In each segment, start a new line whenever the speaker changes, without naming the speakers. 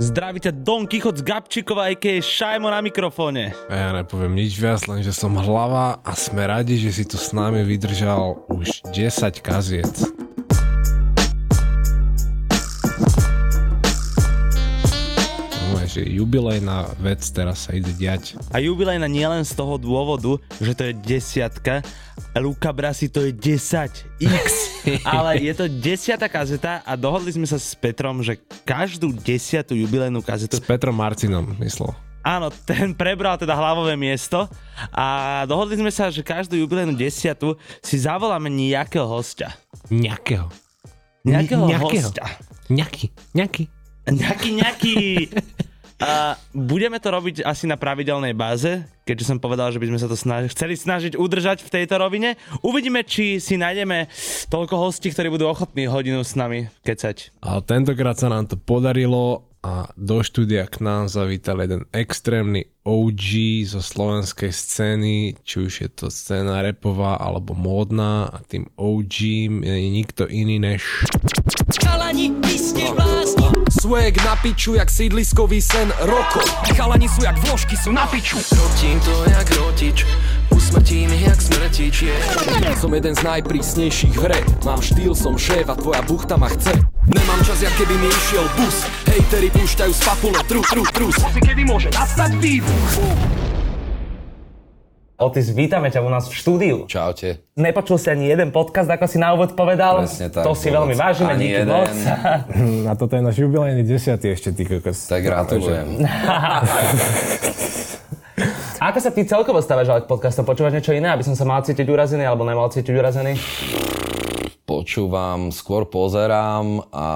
Zdraví ťa Don Kichot z Gabčíkova, a.k.a. Šajmo na mikrofóne.
A ja nepoviem nič viac, len že som hlava a sme radi, že si tu s nami vydržal už 10 kaziec. Normálne, že jubilejná vec teraz sa ide diať.
A jubilejná nielen z toho dôvodu, že to je desiatka, Luka Brasi to je 10x, ale je to desiata kazeta a dohodli sme sa s Petrom, že každú desiatú jubilejnú kazetu
S Petrom Marcinom, myslel.
Áno, ten prebral teda hlavové miesto a dohodli sme sa, že každú jubilejnú desiatu si zavoláme nejakého hostia.
Nejakého.
Nejakého,
Nejakého.
hostia.
Nejaký. Nejaký.
Nejaký, nejaký. A budeme to robiť asi na pravidelnej báze, keďže som povedal, že by sme sa to snaž- chceli snažiť udržať v tejto rovine. Uvidíme, či si nájdeme toľko hostí, ktorí budú ochotní hodinu s nami kecať.
A tentokrát sa nám to podarilo a do štúdia k nám zavítal jeden extrémny OG zo slovenskej scény, či už je to scéna repová alebo módna a tým OG je nikto iný než...
Chalani, vy ste blázni
Swag na piču jak sídliskový sen rokov Chalani sú jak vložky, sú na piču
Rotím to jak rotič, usmrtím ich jak smrtič, je.
Som jeden z najprísnejších v rap Mám štýl, som šéf a tvoja buchta ma chce Nemám čas, jak keby mi išiel bus Hejteri púšťajú z papule, trus, trus, trus Kedy môže nastať výbuch?
Otis, vítame ťa u nás v štúdiu.
Čaute.
Nepočul si ani jeden podcast, ako si na úvod povedal.
Presne tak,
to si
vôbec.
veľmi vážime,
Ani
díky
jeden.
moc.
A toto je náš jubilejný desiatý ešte, ty kokos.
Tak gratulujem.
Ako sa ty celkovo staviaš ale k podcastom? Počúvaš niečo iné, aby som sa mal cítiť urazený alebo nemal cítiť urazený?
Počúvam, skôr pozerám a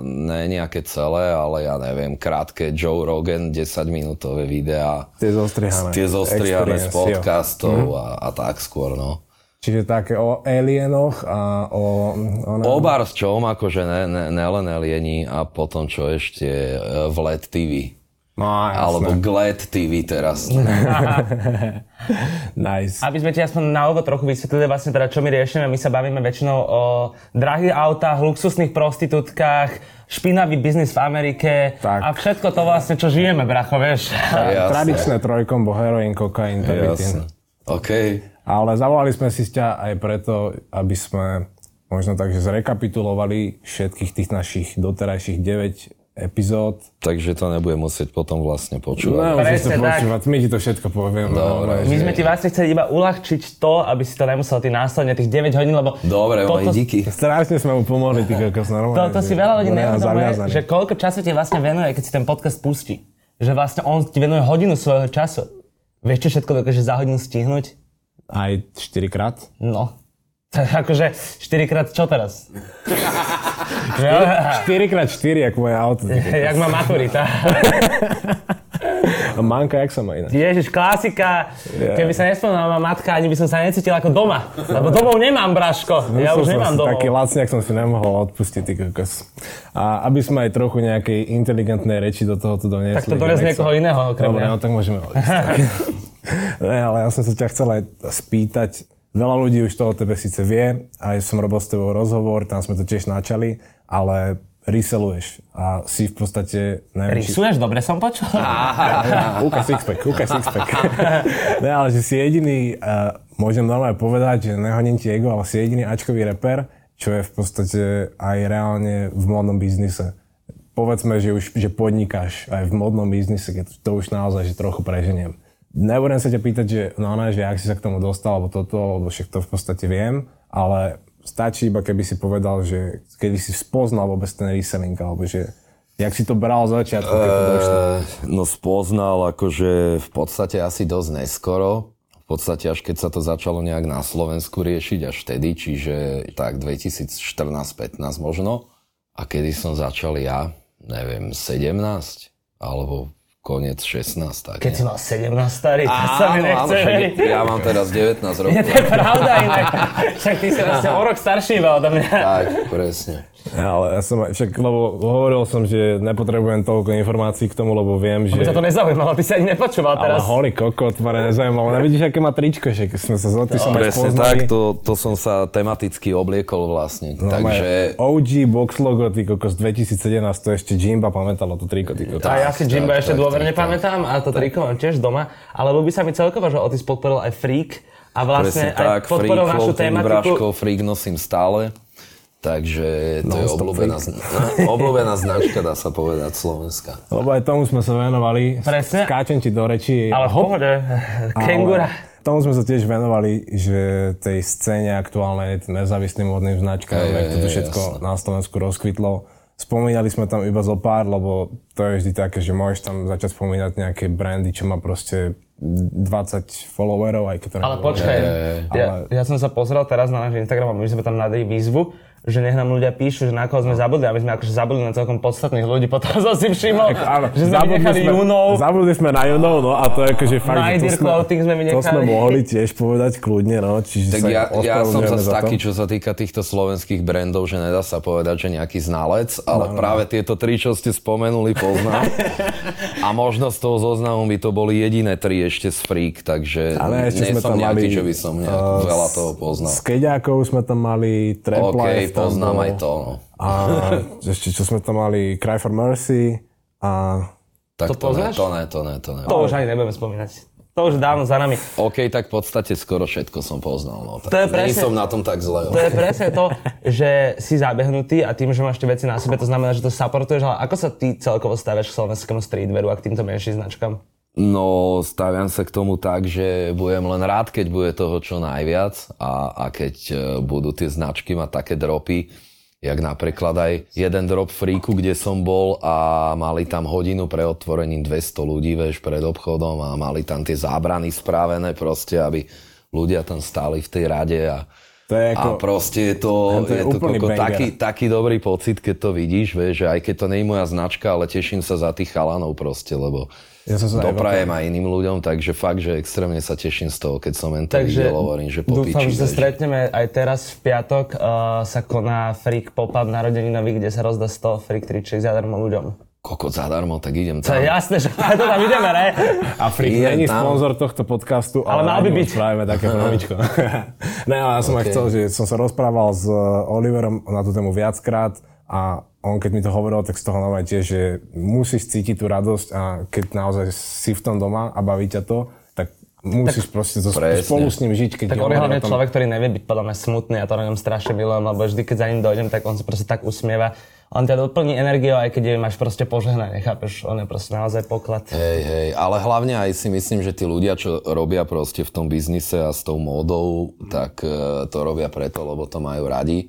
ne nejaké celé, ale ja neviem, krátke Joe Rogan 10 minútové videá.
Tie zostrihané.
Tie zostrihané
Experience, jo.
z
Mhm.
podcastov a, a tak skôr, no.
Čiže také o alienoch a o... o na-
Obar s čom, akože ne, ne, nelen alieni a potom čo ešte e, v LED TV.
No, jasné.
Alebo GLED TV teraz.
Nice.
Aby sme ti aspoň na úvod trochu vysvetlili vlastne teda, čo my riešime. My sa bavíme väčšinou o drahých autách, luxusných prostitútkach, špinavý biznis v Amerike
Tak.
a všetko to vlastne, čo žijeme, bracho, vieš.
Jasné.
Tradičné no. trojkombo, heroin, kokain, tabitín.
Jasné. OK.
Ale zavolali sme si ťa aj preto, aby sme možno tak, že zrekapitulovali všetkých tých našich doterajších 9 epizód.
Takže to nebudem musieť potom vlastne počúvať.
Nemusíš to
No, Presne tak.
počúvať, my ti to všetko povieme.
Dobre.
ale-
My sme ti vlastne chceli iba uľahčiť to, aby si to nemusel ty následne tých 9 hodín, lebo...
Dobre,
toto-
Toto... díky.
Strašne sme mu pomohli, ty kokos, normálne.
To, to si
že-
veľa ľudí
boli na
neuvedomuje,
zaviazaní.
že koľko času ti vlastne venuje, keď si ten podcast pustí. Že vlastne on ti venuje hodinu svojho času. Vieš, čo všetko dokáže za hodinu stihnúť?
Aj 4 krát?
No. Tak akože 4 krát čo teraz?
4 krát 4, jak moje auto.
Jak má maturita.
A manka, jak sa má iná?
Ježiš, klasika. Keby sa nespomínala moja matka, ani by som sa necítil ako doma. Lebo domov nemám, Braško. Ja už nemám domov.
Taký lacniak som si nemohol odpustiť, ty kokos. A aby sme aj trochu nejakej inteligentnej reči do toho tu doniesli.
Tak to dones
nech sa-
niekoho iného okrem
Dobre,
mňa.
no tak môžeme odísť. ne, ale ja som sa ťa chcel aj spýtať. Veľa ľudí už to o tebe síce vie, aj som robil s tebou rozhovor, tam sme to tiež načali, ale ryseluješ a si v podstate najväčší
Rysuješ? Dobre som počul.
Uka sixpack, uka sixpack. ne, ale že si jediný, uh, môžem normálne povedať, že nehoním ti ego, ale si jediný ačkový reper, čo je v podstate aj reálne v modnom biznise. Povedzme, že už že podnikáš aj v modnom biznise, keď to už naozaj že trochu preženiem. Nebudem sa ťa pýtať, že no, ne, že ak si sa k tomu dostal, alebo toto, alebo však to v podstate viem, ale stačí iba, keby si povedal, že kedy si spoznal vôbec ten reselling, alebo že jak si to bral z začiatku, keď to došlo.
No spoznal akože v podstate asi dosť neskoro. V podstate až keď sa to začalo nejak na Slovensku riešiť až vtedy, čiže tak 2014-15 možno. A kedy som začal ja? Neviem, 17? Alebo koniec 16. Tak,
Keď si
nie?
mal 17 starý, to sa mi
Áno, áno,
nechce
však
veriť.
ja mám teraz 19
Nie,
rokov.
to je pravda inak. Však ty si vlastne o rok starší iba odo mňa.
Tak, presne.
Ale ja som aj- však, lebo hovoril som, že nepotrebujem toľko informácií k tomu, lebo viem, že...
Mňa to nezaujímalo, ty si ani nepočúval
Ale
teraz.
holy kokot, ma nezaujímalo. Nevidíš, aké má tričko, že sme sa zlatí, som aj
Presne
spoznali.
tak, to, to som sa tematicky obliekol vlastne.
No, moje
Takže
OG box logo, ty kokos 2017, to ešte Jimba pamätalo to triko, ty kokos.
A ja si Jimba
tak,
ešte
tak,
dôverne
tak, tak.
pamätám a to triko mám tiež doma. Ale by sa mi celkovo, že Otis podporil aj Freak a
presne
vlastne
tak,
aj podporil
freak,
našu
clothing,
tématiku.
vražko, freak nosím stále. Takže to je
Non-stop
obľúbená, zna- obľúbená značka, dá sa povedať, Slovenska.
Lebo aj tomu sme sa venovali.
Presne.
Skáčem ti do reči.
Ale v pohode, kengura.
Ale Tomu sme sa tiež venovali, že tej scéne aktuálnej, tým nezávislým modným značkám,
Hej,
jak to tu
hej,
všetko
jasné.
na Slovensku rozkvitlo. Spomínali sme tam iba zo pár, lebo to je vždy také, že môžeš tam začať spomínať nejaké brandy, čo má proste 20 followerov, aj keď to
Ale
nebolo.
počkaj, ja,
Ale-
ja som sa pozrel teraz na náš Instagram a my sme tam nadali výzvu, že nech nám ľudia píšu, že na koho sme
No.
zabudli a my sme akože zabudli na celkom podstatných ľudí, potom som si všimol,
Áno,
že sme
zabudli
vynechali
sme-
Junov,
Zabudli sme na Junov, no a to je akože fakt,
Nider
že to
Clothing sme
to sme
vynechali.
mohli tiež povedať kľudne, no. Čiže
Tak
sa
ja, ja som
ospravedlňujeme
zase
za to.
taký, čo sa týka týchto slovenských brandov, že nedá sa povedať, že nejaký znalec, ale
No,
práve tieto tri, čo ste spomenuli, poznám. A možno z toho zoznamu by to boli jediné tri ešte z Freak, takže
Ale ešte
nie
sme
som
tam
nejaký,
mali,
čo by som nejak
eh,
veľa toho poznal.
S Keďákov sme tam mali, Trap
No. OK,
Life tam
poznám
bol.
aj to. No.
A ešte čo sme tam mali, Cry for Mercy a
To
Tak to, ne,
poznáš?
to ne, to ne, to ne.
to už ani nebudeme spomínať. To už dávno za nami.
OK, tak v podstate skoro všetko som poznal. No. Tak
To je
nie
presne-
som na tom tak zle.
To je presne to, že si zabehnutý a tým, že máš tie veci na sebe, to znamená, že to supportuješ, ale ako sa ty celkovo staviaš k slovenskému streetwearu a k týmto menším značkám?
No, staviam sa k tomu tak, že budem len rád, keď bude toho čo najviac a, a keď e, budú tie značky mať také dropy, jak napríklad aj jeden drop Freaku, kde som bol a mali tam hodinu pre otvorením 200 ľudí, vieš, pred obchodom a mali tam tie zábrany spravené proste, aby ľudia tam stáli v tej rade a,
To je
a
ako-
proste je to,
to je
je to
úplný
koko,
banger.
taký, taký dobrý pocit, keď to vidíš, vieš, že aj keď to nie je moja značka, ale teším sa za tých chalanov proste, lebo
Ja som sa aj
doprajem aj iným ľuďom, takže fakt, že extrémne sa teším z toho, keď som len to
Takže
videl, hovorím, že po
dúfam,
piči,
že sa
vieš.
stretneme aj teraz v piatok. Uh, sa koná Freak Pop-Up narodeninový, kde sa rozdá 100 Freak tričiek zadarmo ľuďom.
Kokot zadarmo, tak idem
To je
tam.
jasné, že to tam ideme, ne?
Afrik
Je
není
tam.
sponzor tohto podcastu,
Ale mal by byť.
Spravíme také prvičko. ne, ale ja som aj
Ok.
chcel, že som sa rozprával s eh, Oliverom na tú tému viackrát a on keď mi to hovoril, tak z toho normálne tiež, že musíš cítiť tú radosť a keď naozaj si v tom doma a baví ťa to, tak musíš proste so,
Presne.
spolu s ním žiť. Keď
Tak on
hovorí
je
o
hlavne
tom-
človek, ktorý nevie byť podľa mňa smutný a to na ňom strašne milujem, lebo vždy, keď za ním dojdem, tak on sa proste tak usmieva. On ťa doplní energiou, aj keď je máš proste požehnanie, chápeš? On je proste naozaj poklad.
Hej, hej, ale hlavne aj si myslím, že tí ľudia, čo robia proste v tom biznise a s tou módou, tak e, to robia preto, lebo to majú radi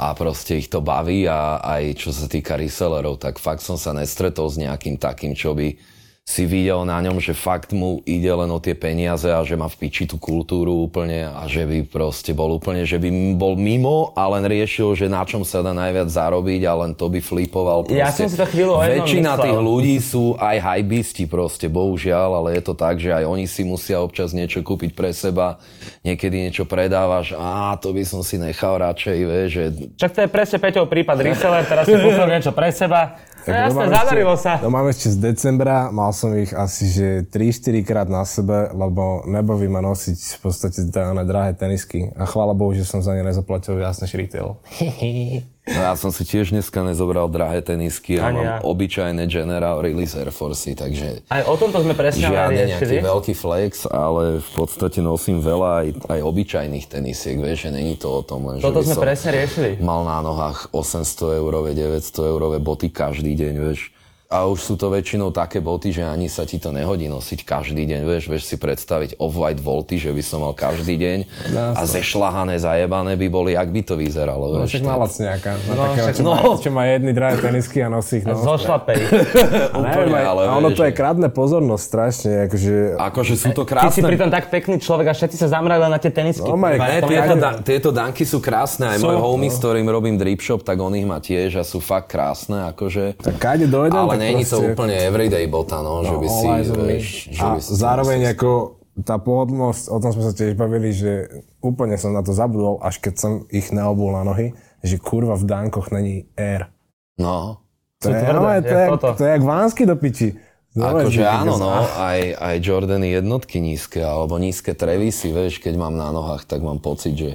a proste ich to baví a aj čo sa týka resellerov, tak fakt som sa nestretol s nejakým takým, čo by si videl na ňom, že fakt mu ide len o tie peniaze a že má v piči tú kultúru úplne a že by proste bol úplne, že by m- bol mimo a len riešil, že na čom sa dá najviac zarobiť a len to by flipoval. Proste.
Ja som si to chvíľu o jednom
Väčšina
myslel.
tých ľudí sú aj hajbisti proste, bohužiaľ, ale je to tak, že aj oni si musia občas niečo kúpiť pre seba, niekedy niečo predávaš, a to by som si nechal radšej, vie, že
Čak to je presne Peťov prípad reseller, teraz si kúpil niečo pre seba. No
Tak to
jasné,
mám
zadarilo
ešte-
sa.
No.
To No, mám ešte z decembra, mal som ich asi že 3-4 krát na sebe, lebo nebaví ma nosiť v podstate na drahé tenisky. A chvála Bohu, že som za ne nezaplatil viac než retail.
no, ja som si tiež dneska nezobral drahé tenisky, ja
Ani ja.
mám obyčajné General Release Air Forcey, takže
Aj o tomto sme presne ale
žiadny
riešili.
nejaký veľký flex, ale v podstate nosím veľa aj, aj obyčajných tenisiek, vieš, že není to o tom len,
Toto
že by
sme
som
presne riešili.
mal na nohách 800 eurové, 900 eurové boty každý deň, vieš. A už sú to väčšinou také boty, že ani sa ti to nehodí nosiť každý deň, vieš, vieš si predstaviť off-white volty, že by som mal každý deň
No,
a zešlahané, zajebané by boli, jak by to vyzeralo, vieš.
Však má lacňáka. No, takého,
však-
čo, má, čo má jedny drahé tenisky a nosí ich. No.
Zošlapej.
Tak
Neviem,
úplne, ale
ale ono
vieš,
to je
že-
krádne pozornosť strašne, akože...
Akože sú to
Ty si
krásne
pritom tak pekný človek a všetci sa zamrali len na tie tenisky.
No, Mike,
Ne,
to je
tieto,
ako-
da, tieto danky sú krásne, aj môj homie, s ktorým robím drip shop, tak on ich má tiež a sú fakt krásne, akože.
Tak káde dojdem,
ale
tak
není to
proste-
úplne everyday bota, no, že by si,
all eyes on me.
vieš, že
A
by si...
zároveň ako tá pohodlnosť, o tom sme sa tiež bavili, že úplne som na to zabudol, až keď som ich naobul na nohy, že kurva v dánkoch není air.
No,
To je,
tvrdé,
no, je, to,
jak
je,
toto.
to je jak vánsky do piči.
akože áno, no, aj, aj Jordany jednotky nízke, alebo nízke trevisy, vieš, keď mám na nohách, tak mám pocit, že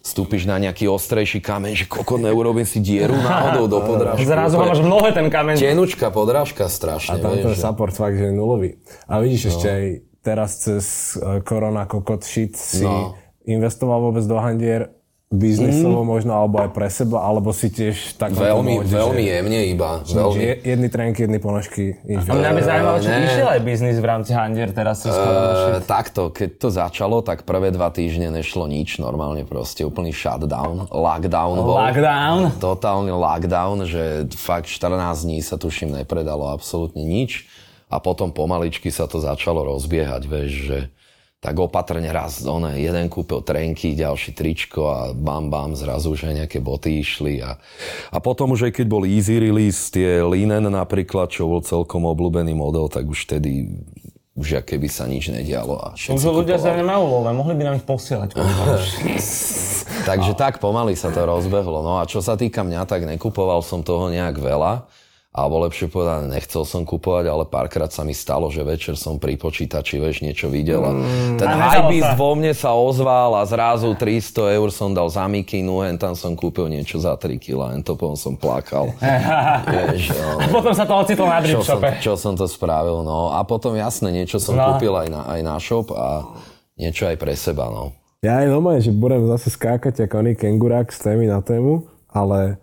stúpiš na nejaký ostrejší kameň, že kokot neurobím si dieru náhodou do podrážky.
Zrazu ho
Úplne
máš v nohe ten kameň.
Tenučká podrážka strašne,
Tam ten
vieš. že- No.
support fakt, že je nulový. A vidíš ešte aj teraz cez e, korona kokot shit si
No. Mm.
investoval vôbec do handier biznisovo možno, alebo aj pre seba, alebo si tiež tak
Veľmi, veľmi jemne iba. Veľmi.
Je, jedny trenky, jedny ponožky, nič viac.
Mňa by zaujímalo, či
ne.
išiel aj biznis v rámci Handier teraz cez uh,
E, takto, keď to začalo, tak prvé dva týždne nešlo nič, normálne proste úplný shutdown, lockdown bol.
Lockdown.
Totálny lockdown, že fakt 14 dní sa tuším nepredalo absolútne nič a potom pomaličky sa to začalo rozbiehať, vieš, že tak opatrne raz, one, jeden kúpil trenky, ďalší tričko a bam, bam, zrazu už aj nejaké boty išli. A, a potom už aj keď bol easy release, tie linen napríklad, čo bol celkom obľúbený model, tak už vtedy už aké by sa nič nedialo. A všetci
Už ľudia sa
kupovali.
nemajú love, mohli by nám ich posielať. kurva.
Takže tak pomaly sa to rozbehlo. No a čo sa týka mňa, tak nekupoval som toho nejak veľa. Alebo lepšie povedané, nechcel som kupovať, ale párkrát sa mi stalo, že večer som pri počítači, vieš, niečo videl a
Mm.
ten
A nedalo
hypebeast
sa.
vo mne sa ozval a zrazu 300 eur som dal za mikinu, hen tam som kúpil niečo za 3 kg, hen to potom som plakal. vieš, no.
Potom sa to ocitlo na drip
čo som,
shope.
čo som to spravil, no. A potom jasne, niečo som
No.
kúpil aj na, aj na shop a niečo aj pre seba, no.
Ja aj normálne, že budem zase skákať ako oný kengurák z témy na tému, ale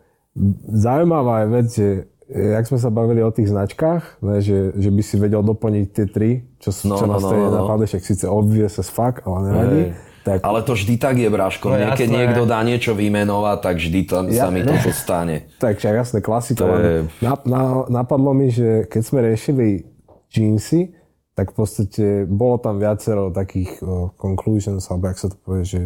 zaujímavá je vec, že e, jak sme sa bavili o tých značkách, ne, že, že by si vedel doplniť tie tri, čo, no, čo no, nás no, no, napadli, však síce obvie sa fakt, ale nevadí. Tak,
Ale to vždy tak je, Bráško. No, keď
jasné.
niekto dá niečo vymenovať, tak vždy tam
Ja-
sa mi toto stane.
tak však jasné, klasika.
To
len
je-
Na, na, napadlo mi, že keď sme riešili jeansy, tak v podstate bolo tam viacero takých o, conclusions, alebo jak sa to povie, že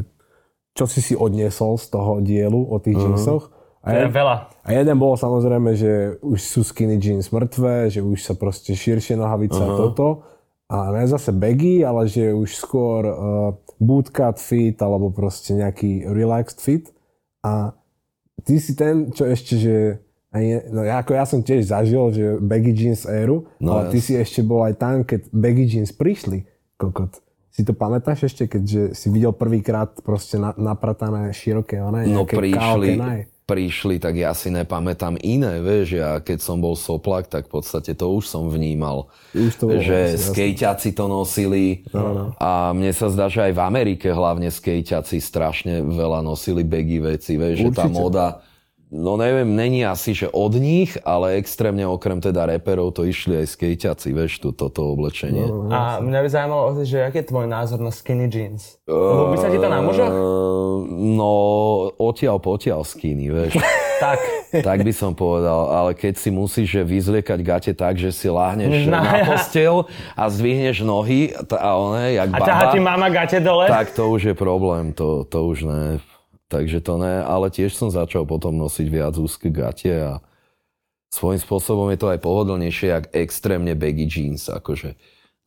čo si si odniesol z toho dielu o tých uh-huh. jeansoch. A
Je
ja-
Eh.
Veľa.
A jeden bol samozrejme, že už sú skinny jeans mŕtvé, že už sa proste širšie nohavice uh-huh. toto. A ne zase baggy, ale že už skôr uh, bootcut fit alebo proste nejaký relaxed fit. A ty si ten, čo ešte, že aj je, no ja, ako ja som tiež zažil, že baggy jeans éru, no,
No
ale ty si ešte bol aj tam, keď baggy jeans prišli, kokot. Si to pamätáš ešte, keďže si videl prvýkrát proste na, napratané široké, one,
No
nejaké
prišli,
kalkenaj?
prišli, tak ja si nepamätám iné, vieš, ja keď som bol soplak, tak v podstate to už som vnímal,
Už to bolo asi,
že
No,
skejťaci to nosili a mne sa zdá, že aj v Amerike hlavne skejťaci strašne veľa nosili baggy veci, vieš, že
Určite.
tá moda No neviem, není asi, že od nich, ale extrémne okrem teda reperov to išli aj skejťaci, vieš, tu, toto oblečenie.
No,
A mňa by zaujímalo, že aký je tvoj názor na skinny jeans? Ľúbi sa ti to na mužoch?
Eh, No, odtiaľ potiaľ skiny, vieš.
Tak.
tak by som povedal, ale keď si musíš že vyzliekať gate tak, že si láhneš
No, ja.
no, na postel a zdvihneš nohy t- a one, jak
A
baba,
ťaha ti mama gate dole?
tak to už je problém, to, to už ne. Takže to ne, ale tiež som začal potom nosiť viac úzke gate a svojím spôsobom je to aj pohodlnejšie, jak extrémne baggy jeans, akože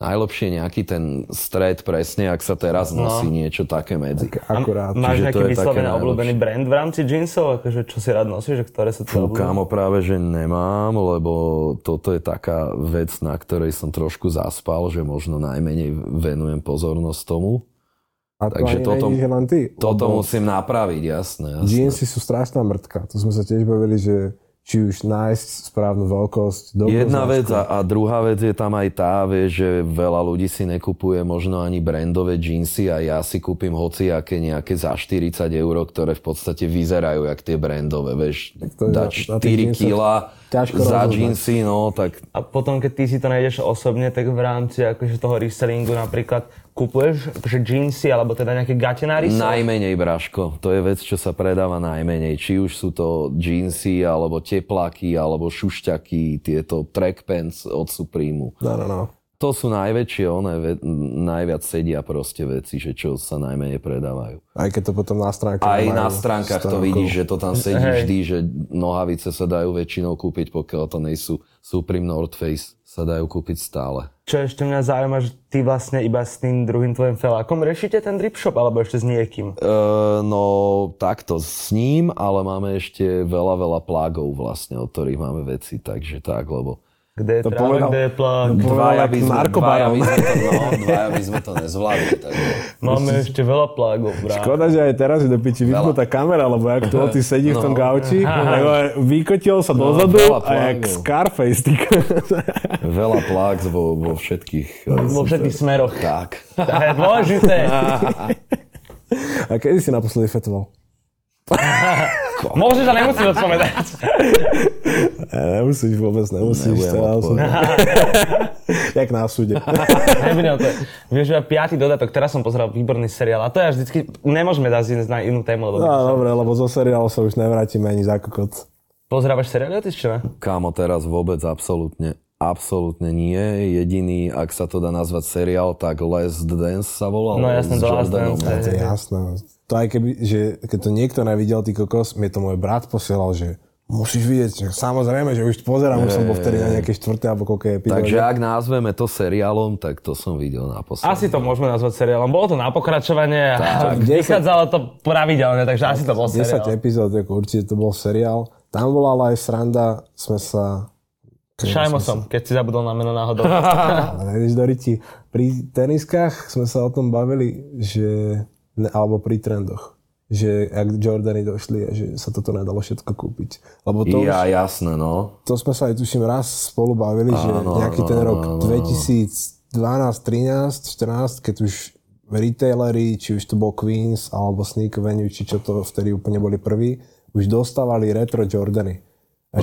najlepšie nejaký ten stred presne, ak sa teraz
No.
nosí niečo také medzi.
Akurát.
Máš
Čiže to
nejaký
je také
vyslovený
najlepšie.
obľúbený brand v rámci jeansov? Akože čo si rád nosíš, že ktoré sú tvoje
Fú,
obľúbené?
kámo, práve že nemám, lebo toto je taká vec, na ktorej som trošku zaspal, že možno najmenej venujem pozornosť tomu.
A to ani
Takže toto-
není, že len ty.
Toto
lebo
musím napraviť, jasné. jasné.
Jeansy sú strašná mrtka. To sme sa tiež bavili, že či už nájsť správnu veľkosť, dobrú
Jedna
značku.
vec a, a druhá vec je tam aj tá, vieš, že veľa ľudí si nekupuje možno ani brandové džínsy a ja si kúpim hociaké nejaké za 40 eur, ktoré v podstate vyzerajú jak tie brandové, vieš,
to je
dať
za- na tých
4
džínsoch
kila
ťažko
za
rozoznať.
džínsy, no tak
A potom, keď ty si to nájdeš osobne, tak v rámci akože toho resellingu napríklad kupuješ akože jeansy alebo teda nejaké gate na resell?
Najmenej, Braško. To je vec, čo sa predáva najmenej. Či už sú to džínsy, alebo tepláky, alebo šušťaky, tieto track pants od Supremu.
No, no, no.
to sú najväčšie, one ve, najviac sedia proste veci, že čo sa najmenej predávajú.
Aj keď to potom na stránke
Aj
majú
na stránkach to
stránku.
vidíš, že to tam sedí
Hej.
vždy, že nohavice sa dajú väčšinou kúpiť, pokiaľ to nejsú Supreme North Face, sa dajú kúpiť stále.
Čo ešte mňa zaujíma, že ty vlastne iba s tým druhým tvojim felákom riešite ten drip shop, alebo ešte s niekým?
E, no takto s ním, ale máme ešte veľa, veľa plágov vlastne, od ktorých máme veci, takže tak, lebo
Kde je
No
To
tráva,
povedal-
kde je plán?
to povedal jak
dvaja,
narkobaron.
by sme to, no, dvaja by sme to nezvládli. Takže.
Máme ešte veľa plágov, brá.
Škoda, že aj teraz je do piči vypnutá kamera, lebo jak tu ty sedí v tom gauči, lebo vykotil sa dozadu
veľa
a jak
plánov.
Scarface, ty k-
Veľa plák vo, vo všetkých... e,
Vo všetkých smeroch.
Tak.
To je dôležité.
A kedy si naposledy fetoval?
Môžeš, ale nemusíš odpovedať.
E, nemusíš vôbec, nemusíš.
Nebudem
to je
odpovedať.
absolútne. Jak na súde.
Nebudem to. Vieš, že piatý dodatok, teraz som pozeral výborný seriál a to ja vždycky, nemôžeme dať ísť na inú tému, lebo
No dobre, lebo zo seriálu sa už nevrátime ani za kokot.
pozrávaš seriály, ty čo? ne?
Kámo, teraz vôbec absolútne, absolútne nie. Jediný, ak sa to dá nazvať seriál, tak Last Dance sa volal.
No jasné,
S
The Last
Jordanom.
Dance,
To je jasné. To aj keby, že keď to niekto nevidel, ty kokos, mi to môj brat posielal, že musíš vidieť, že samozrejme, že už pozerám, už som bol vtedy na nejaké štvrté alebo koľké epizóde.
Takže ak nazveme to seriálom, tak to som videl naposledy.
Asi to môžeme nazvať seriálom. Bolo to na pokračovanie a vychádzalo to pravidelne, takže asi to bol
10
seriál.
epizód, ako určite to bol seriál. Tam bola ale aj sranda, sme sa...
Šajmo som, keď si zabudol na meno náhodou. No,
Ale nejdeš do ryti. Pri teniskách sme sa o tom bavili, že... Ne, alebo pri trendoch. Že ak Jordany došli a že sa toto nedalo všetko kúpiť. Lebo to,
Ja,
ja, už,
jasné, no.
to sme sa aj tuším raz spolu bavili, že
Áno,
nejaký
áno,
ten
áno,
rok
áno, áno.
2012, 13, 14, keď už retailery, či už to bol Queens alebo Sneak Venue, či čo to vtedy úplne boli prví, už dostávali retro Jordany. A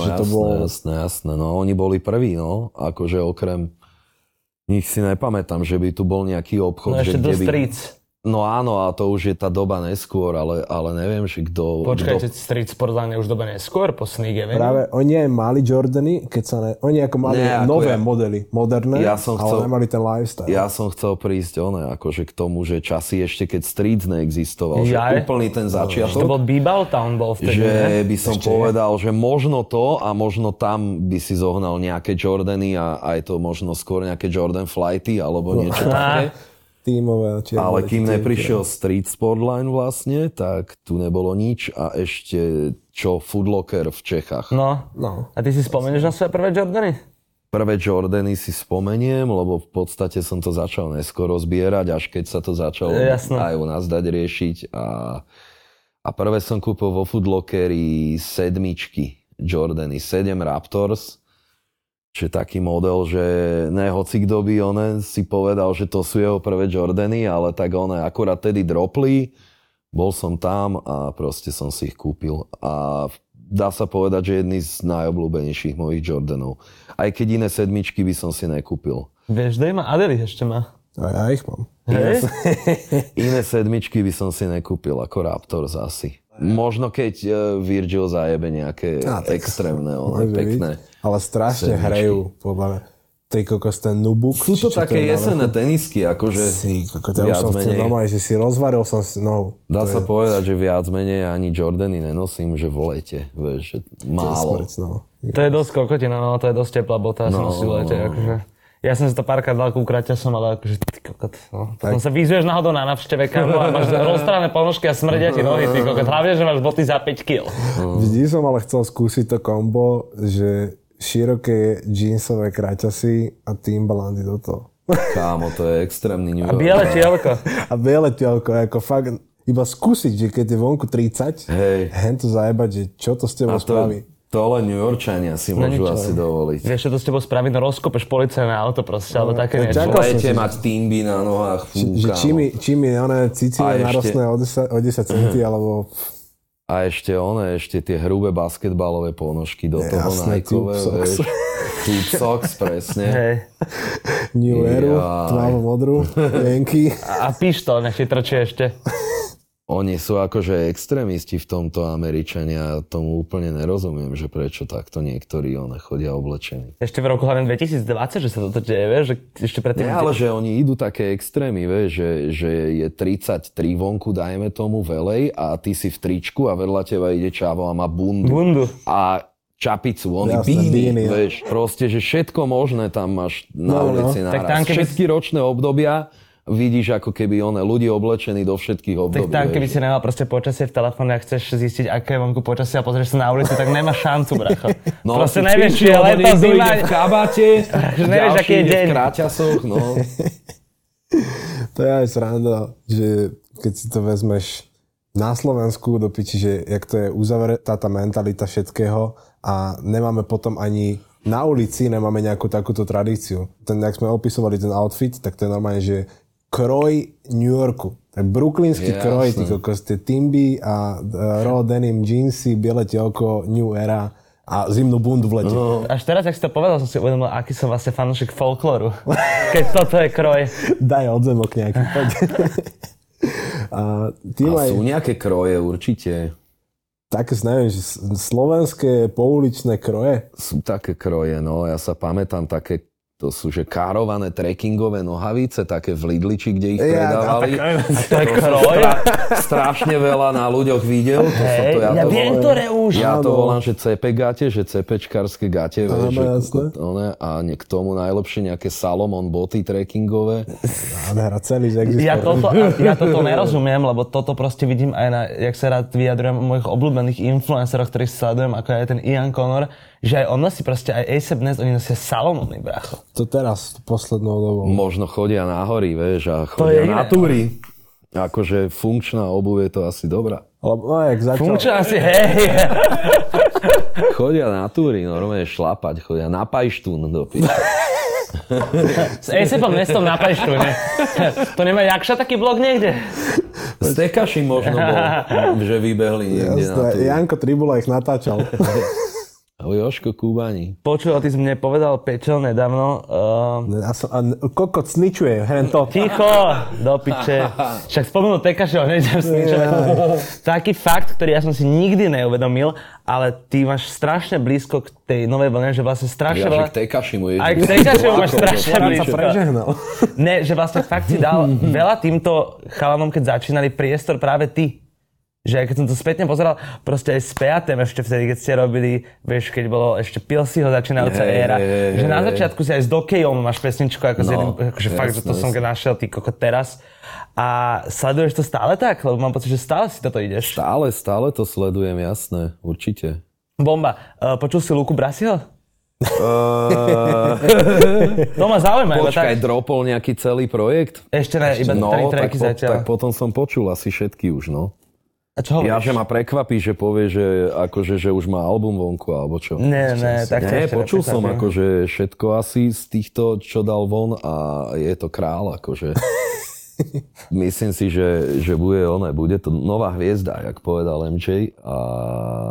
no
že
jasné,
to bolo...
jasné, jasné. No, oni boli prví, no. Akože okrem nich si nepamätám, že by tu bol nejaký obchod.
No
že
ešte
kde
do
by...
Streets.
No áno, a to už je tá doba neskôr, ale, ale neviem, že kto...
Počkajte,
kto...
Streets podľa mňa už dobe neskôr po Sneak Event.
Práve oni aj mali Jordany, keď sa ne, oni ako mali
Ne, ako
nové
ja-
modely, moderné,
Ja som
ale
chcel-
nemali ten lifestyle.
Ja som chcel prísť one, akože k tomu, že časy ešte keď Street neexistoval, že
Jaj.
úplný ten
To
začiatok,
bol Bebal Town bol vtedy, ne?
že by som povedal, že možno to a možno tam by si zohnal nejaké Jordany a aj to možno skôr nejaké Jordan Flighty alebo niečo také.
Tímové, či
Ale
boli
kým
tie-
neprišiel Street Sportline vlastne, tak tu nebolo nič a ešte čo Foodlocker v Čechách.
No.
No.
A ty si spomenieš na svoje prvé Jordany?
prvé Jordany si spomeniem, lebo v podstate som to začal neskoro zbierať, až keď sa to začalo
E, jasné.
aj u nás dať riešiť. A, a prvé som kúpil vo Foodlockeri sedmičky Jordany, 7 Raptors, čo je taký model, že ne hoci kto by one si povedal, že to sú jeho prvé Jordany, ale tak one akurát tedy dropli, bol som tam a proste som si ich kúpil. A dá sa povedať, že jedný z najobľúbenejších mojich Jordanov. Aj keď iné sedmičky by som si nekúpil.
Vieš, kde ma Adeli ešte má.
A No, ja ich mám.
Hej?
Iné sedmičky by som si nekúpil ako Raptors asi. Možno keď e, Virgil zajebe nejaké
Á, tak-
extrémne, one,
Môže byť.
No, pekné.
Ale strašne
Sedmičky.
hrajú, podľa mňa. Ty kokos, ten nubuk.
Sú to
či čo je
také
na
jesenné
vrchu?
tenisky, akože
Si, kokos, ja už
viac
som chcel
menej.
normálne, že si rozvaril som si nohu.
Dá
To
sa
je-
povedať, že viac menej ani Jordany nenosím, že v lete, vieš, že
to je
málo.
smrť, no.
To je dosť kokotina, no to je dosť teplá bota, no, som si lete, akože. Ja som si to párkrát dal ku kraťasom, ale akože ty kokot, no. Potom sa vyzuješ náhodou na navšteve kamo a máš rozstranné ponožky a smrdia ti nohy, ty kokot. Hlavne, že máš boty za 5 kg.
No.
Vždy som ale chcel skúsiť to kombo, že široké džínsové kraťasy a Timbalandy do toho.
Kámo, to je extrémny New York.
Biele tielko.
A biele tielko, ako fakt, iba skúsiť, že keď je vonku 30,
Hej.
hen to zajebať, že čo to s
A
tebou
to,
spraví.
to len New Yorkčania si môžu
nič,
asi dovoliť.
Vieš, čo to s tebou spraví, no rozkopeš policajné auto proste, alebo také niečo.
V
Čakal som
lete
si,
mať týmby na nohách, fú,
že
kámo.
čím, čím je
no.
ona
A
cicina
ešte-
narastne o 10, o 10 cm, alebo
A ešte one, ešte tie hrubé basketbalové ponožky do toho Nikeové,
jasné, tube socks.
vieš. Tube socks, presne.
Hej.
New Eru,
Jaj.
tmavo modrú, jenky.
A pištol, nech ti trčí ešte.
Oni sú akože extrémisti v tomto Američania, tomu úplne nerozumiem, že prečo takto niektorí one chodia oblečení.
Ešte v roku hlavne 2020, že sa toto deje, vieš, že ešte predtým...
Nie, ale že oni idú také extrémy, vieš, že, že je 33 vonku, dajme tomu, velej a ty si v tričku a vedľa teba ide čavo a má bundu.
Bundu.
A čapicu, oni
Jasné,
bíny,
bíny, ja.
vieš, proste, že všetko možné tam máš na
No, no.
ulici naraz.
Tak tam, keby-
Všetky ročné obdobia vidíš ako keby one ľudí oblečení do všetkých
Tak
období.
tam,
vieš.
keby si nemal proste počasie v telefóne a chceš zistiť, aké je vonku počasie a pozrieš sa na ulicu, tak nemáš šancu, bracho. No, proste
si
nevieš, či
piči,
je
lebo
leto,
niekto
zima.
ide v kabate,
Že nevieš,
ďalší
aký je
ide
deň.
v kráťasoch, no.
To je aj sranda, že keď si to vezmeš na Slovensku do piči, že jak to je uzavretá tá mentalita všetkého a nemáme potom ani na ulici nemáme nejakú takúto tradíciu. Ten, jak sme opisovali ten outfit, tak to je normálne, že kroj New Yorku. To je brooklynský
Jasné.
kroj, ty kokos, tie timby a uh, raw denim, jeansy, biele telko, new era a zimnú bundu v lete. No.
Až teraz, ak si to povedal, som si uvedomil, aký som vlastne fanúšik folklóru. Keď toto je kroj.
Daj odzemok nejaký, poď. a ty
A
maj-
sú nejaké kroje určite.
také, neviem, že s- slovenské pouličné kroje.
Sú také kroje, no. Ja sa pamätám také to sú že kárované trekkingové nohavice, také v Lidliči, kde ich
Ja, no,
predávali.
A to je kroj.
Strašne veľa na ľuďoch videl. To, som
Hej,
to, ja,
ja
to
viem,
volám,
ktoré už.
ja to
Áno.
volám, že CP gate, že CPčkarské gate.
Áno,
vieš, že,
jasné.
one, a ne- k tomu najlepšie nejaké Salomon boty trekkingové.
Nádhera, celý, že existuje.
Ja toto, ja toto nerozumiem, lebo toto proste vidím aj na, jak sa rád vyjadrujem o mojich obľúbených influenceroch, ktorých sledujem, ako aj ten Ian Connor, že aj on nosí proste, aj ASAP dnes, oni nosia salomony, brácho.
To teraz, poslednou dobou.
Možno chodia na hory, vieš, a chodia
je iné.
na túry. Akože funkčná obuv je to asi dobrá.
Lebo, no, jak začal,
Funkčná si, hej,
Chodia na túry, normálne šlapať, chodia na pajštún do piče.
s ASAPom nestom na peštu, ne? To nemá Jakša taký blog niekde?
Z Tekaši možno bol, že vybehli niekde na
Jasné,
túry.
Janko Tribula ich natáčal.
Ahoj, Joško Kubani.
Počul, ty si mne povedal Pečel nedávno, ehm,
a, som, a kokot sničuje, hen to.
Ticho, do piče. Však spomenul Tekašeho, nejdem s ničom. Taký fakt, ktorý ja som si nikdy neuvedomil, ale ty máš strašne blízko k tej novej vlne, že vlastne strašne
Ja, že
veľa...
k Tekaši mu je.
Aj k Tekaševu máš strašne
Rád sa
blízko.
prežehnal.
Ne, že vlastne fakt si dal veľa týmto chalanom, keď začínali priestor práve ty. Že aj keď som to spätne pozeral, proste aj s Peatem ešte vtedy, keď ste robili, vieš, keď bolo ešte Pilsiho začínajúca
Hej,
éra,
hej, hej,
že na
hej.
začiatku si aj s Dokejom máš pesničku, ako no,
No,
jedným, akože fakt, že
jasné,
to som keď našiel, ty koko teraz. A sleduješ to stále tak? Lebo mám pocit, že stále si toto ideš.
Stále, stále to sledujem, jasné, určite.
Bomba, uh, počul si Luku Brasiho?
Eh.
to ma zaujíma, iba
Počkaj,
tak.
dropol nejaký celý projekt?
Ešte ne, iba
no,
tri
tak,
tracky
po,
zatiaľ.
tak potom som počul asi všetky už, no.
A čo hovoríš?
Ja, že ma prekvapí, že povie, že, akože, že už má album vonku, alebo čo.
Ne, ne, tak to
Nie,
ešte
počul som
neprekvapím.
akože všetko asi z týchto, čo dal von a je to král, akože. Myslím si, že, že bude ona, bude to nová hviezda, jak povedal MJ a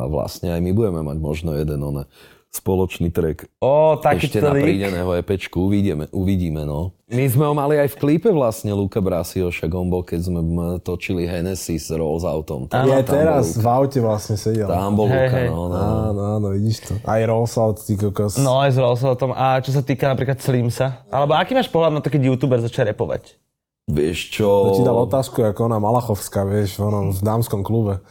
vlastne aj my budeme mať možno jeden one spoločný track.
Ó, taký
Ešte na
trik.
prídeného EPčku uvidíme, uvidíme, no. My sme ho mali aj v klípe vlastne, Luka Brasio, však on bol, keď sme m, točili Hennessy s Rolls Autom. Tam,
Ja aj
tam
teraz
Bol,
v aute vlastne sedel.
Luka- tam bol
Hej,
Luka,
hej.
no, no.
Áno, áno, vidíš to. Aj Rolls out, ty kokos.
No, aj zvolal sa o tom. A čo sa týka napríklad Slimsa? Alebo aký máš pohľad na to, keď youtuber začne repovať?
Vieš čo...
To ti dal otázku, ako ona Malachovská, vieš, v onom v dámskom klube.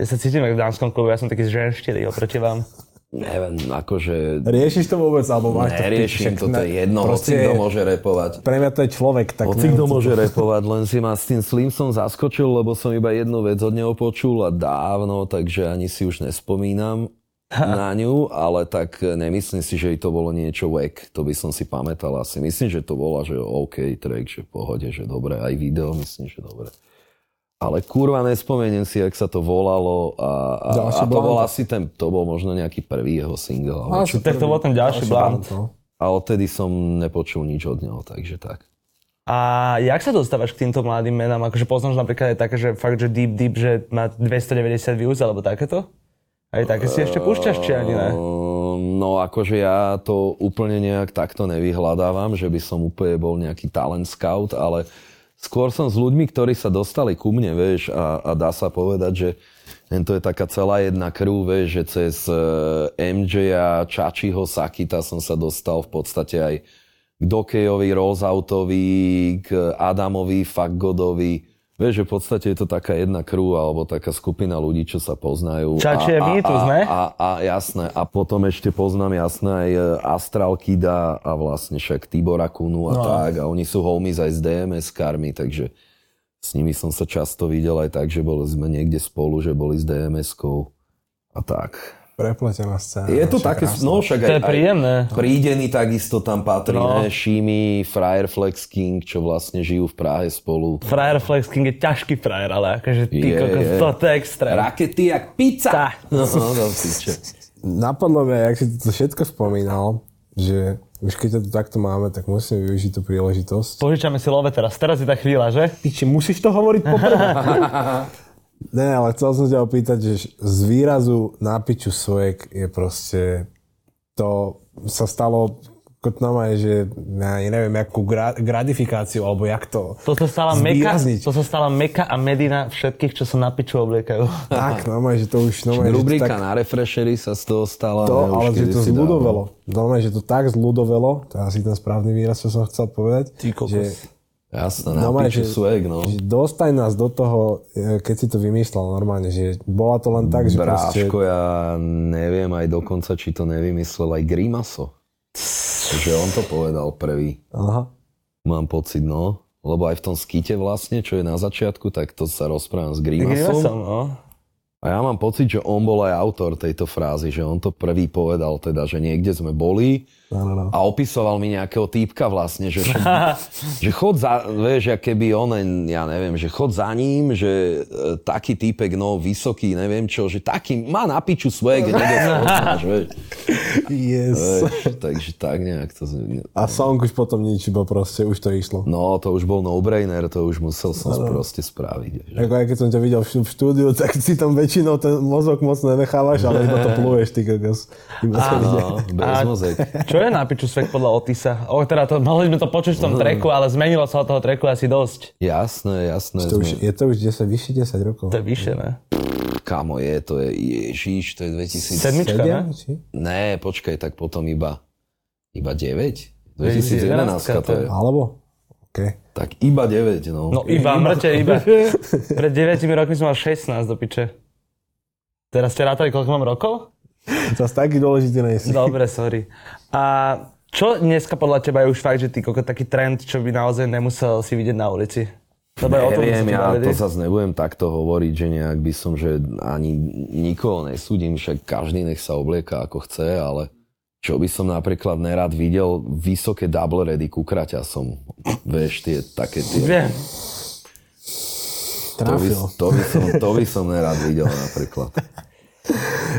Ja sa cítim jak v dámskom klube, ja som taký zženštilý oproti vám.
Neviem, akože...
Riešiš to vôbec, alebo máš to v piči?
Neriešim
Však
to, to
ne-
je jedno, hoci kto môže repovať.
Pre mňa to je človek, tak
Hoci
neviem,
kto
co-
môže repovať, len si ma s tým Slimsom zaskočil, lebo som iba jednu vec od neho počul a dávno, takže ani si už nespomínam na ňu, ale tak nemyslím si, že jej to bolo niečo wack, to by som si pamätal asi. Myslím, že to bola, že OK track, že v pohode, že dobre, aj video myslím, že dobre. Ale kurva, nespomeniem si, jak sa to volalo a, a, a
Ďalší
to bol
Blank.
asi ten, to bol možno nejaký prvý jeho single. alebo
Asi
Tak to bol ten ďalší blunt.
no.
a odtedy som nepočul nič od neho, takže tak.
A jak sa dostávaš k týmto mladým menám? Akože poznáš napríklad aj také, že fakt, že Deep Deep, že má 290 views alebo takéto? Aj také si ešte púšťaš, či ani ne?
Ehm, No akože ja to úplne nejak takto nevyhľadávam, že by som úplne bol nejaký talent scout, ale skôr som s ľuďmi, ktorí sa dostali ku mne, vieš, a, a dá sa povedať, že len to je taká celá jedna krv, vieš, že cez MJ a Čačiho Sakita som sa dostal v podstate aj k Dokejovi, Rozautovi, k Adamovi, Faggodovi. Vieš, že v podstate je to taká jedna krú alebo taká skupina ľudí, čo sa poznajú.
Čači je
A- a-
mýtus,
a-
ne?
A, a jasné, a potom ešte poznám jasné aj e, Astral Kida a vlastne však Tibora Kunu a no. tak. A oni sú homies aj s DMS karmi, takže s nimi som sa často videl aj tak, že boli sme niekde spolu, že boli s DMS-kou a tak.
Prepletená scéna.
Je to
však
také,
krásne.
no však aj,
To je
aj-
príjemné.
Prídený takisto tam patrí,
No.
no. ne? Shimi, Friar Flex King, čo vlastne žijú v Prahe spolu.
Frajer Flex King je ťažký frajer, ale akože ty
Je,
kokos,
je.
to je extrém.
Rakety jak pizza!
Tá.
No, no, piče.
Napadlo mi, ak si to všetko spomínal, že už keď to tu takto máme, tak musíme využiť tú príležitosť.
Požičame si love teraz. Teraz je tá chvíľa, že?
Piči, musíš to hovoriť poprvé. ne, ale chcel som ťa opýtať, že z výrazu na piču svojek je proste... To sa stalo kotnama je, že ja ani neviem, akú gra- gratifikáciu, alebo jak to...
To sa stala Meka,
Zvýrazniť.
to sa stala Meka a Medina všetkých, čo sa na piču obliekajú.
Tak, normálne, že to už... Normálne, že to
Rubrika
tak-
na refreshery sa z toho stala.
to,
ne, už
ale že to
kedysi dávno.
zľudovelo. no. Normálne, že to tak zľudovelo, to je asi ten správny výraz, čo som chcel povedať, že,
Jasné, na
normálne,
piču
že,
swag, no.
že dostaj nás do toho, e, keď si to vymýšľal normálne, že bola to len tak, že proste...
Bráško, ja neviem aj dokonca, či to nevymyslel aj Grimaso. Že on to povedal prvý.
Aha.
Mám pocit, no. Lebo aj v tom skite vlastne, čo je na začiatku, tak to sa rozprávam s
Ja
Grimasom.
som, no.
A ja mám pocit, že on bol aj autor tejto frázy, že on to prvý povedal teda, že niekde sme boli
No,
Áno, áno.
a opisoval mi nejakého týpka vlastne, že, že, že chod za, vieš, ja keby on, ja neviem, že chod za ním, že e, taký týpek, no vysoký, neviem čo, že taký, má na piču svojej, keď niekde sa poznáš, vieš,
Yes.
vieš, takže tak nejak to... z-
A song už potom nič, iba proste už to išlo.
No, to už bol no-brainer, to už musel som proste spraviť. Že.
Ako aj keď som ťa videl v štú- v štúdiu, tak si tam väčšinou ten mozog moc nenechávaš, ale iba to pluješ, ty kokos. Iba sa ide.
No, bez
A-
mozek.
Čo je na piču svek podľa Otisa? O, teda to, mali sme to počuť v tom treku, ale zmenilo sa od toho treku asi dosť.
Jasné, jasné.
To
sme-
už, je to už 10, vyššie 10 rokov.
To je vyššie, ne?
Kamo je, to je, ježiš, to je 2000...
Sedmička, ne?
Sedem, či?
Ne, počkaj, tak potom iba, iba 9?
2011
2011 to je.
Alebo? OK.
Tak iba 9, no.
No iba, mŕte, iba. Pred 9 rokmi som mal 16 do piče. Teraz ste rátali, koľko mám rokov?
Zas taký dôležitý nejsi.
Dobre, sorry. A čo dneska podľa teba je už fakt, že ty koko taký trend, čo by naozaj nemusel si vidieť na ulici? Dobre, o tom
Neviem,
sme sa tu
ja
bavili.
to zase nebudem takto hovoriť, že nejak by som, že ani nikoho nesúdim, však každý nech sa oblieka ako chce, ale čo by som napríklad nerad videl, vysoké double ready kukraťa som. Vieš, tie také tie...
Viem.
To by,
Trafil.
to, by som, to by som nerad videl napríklad.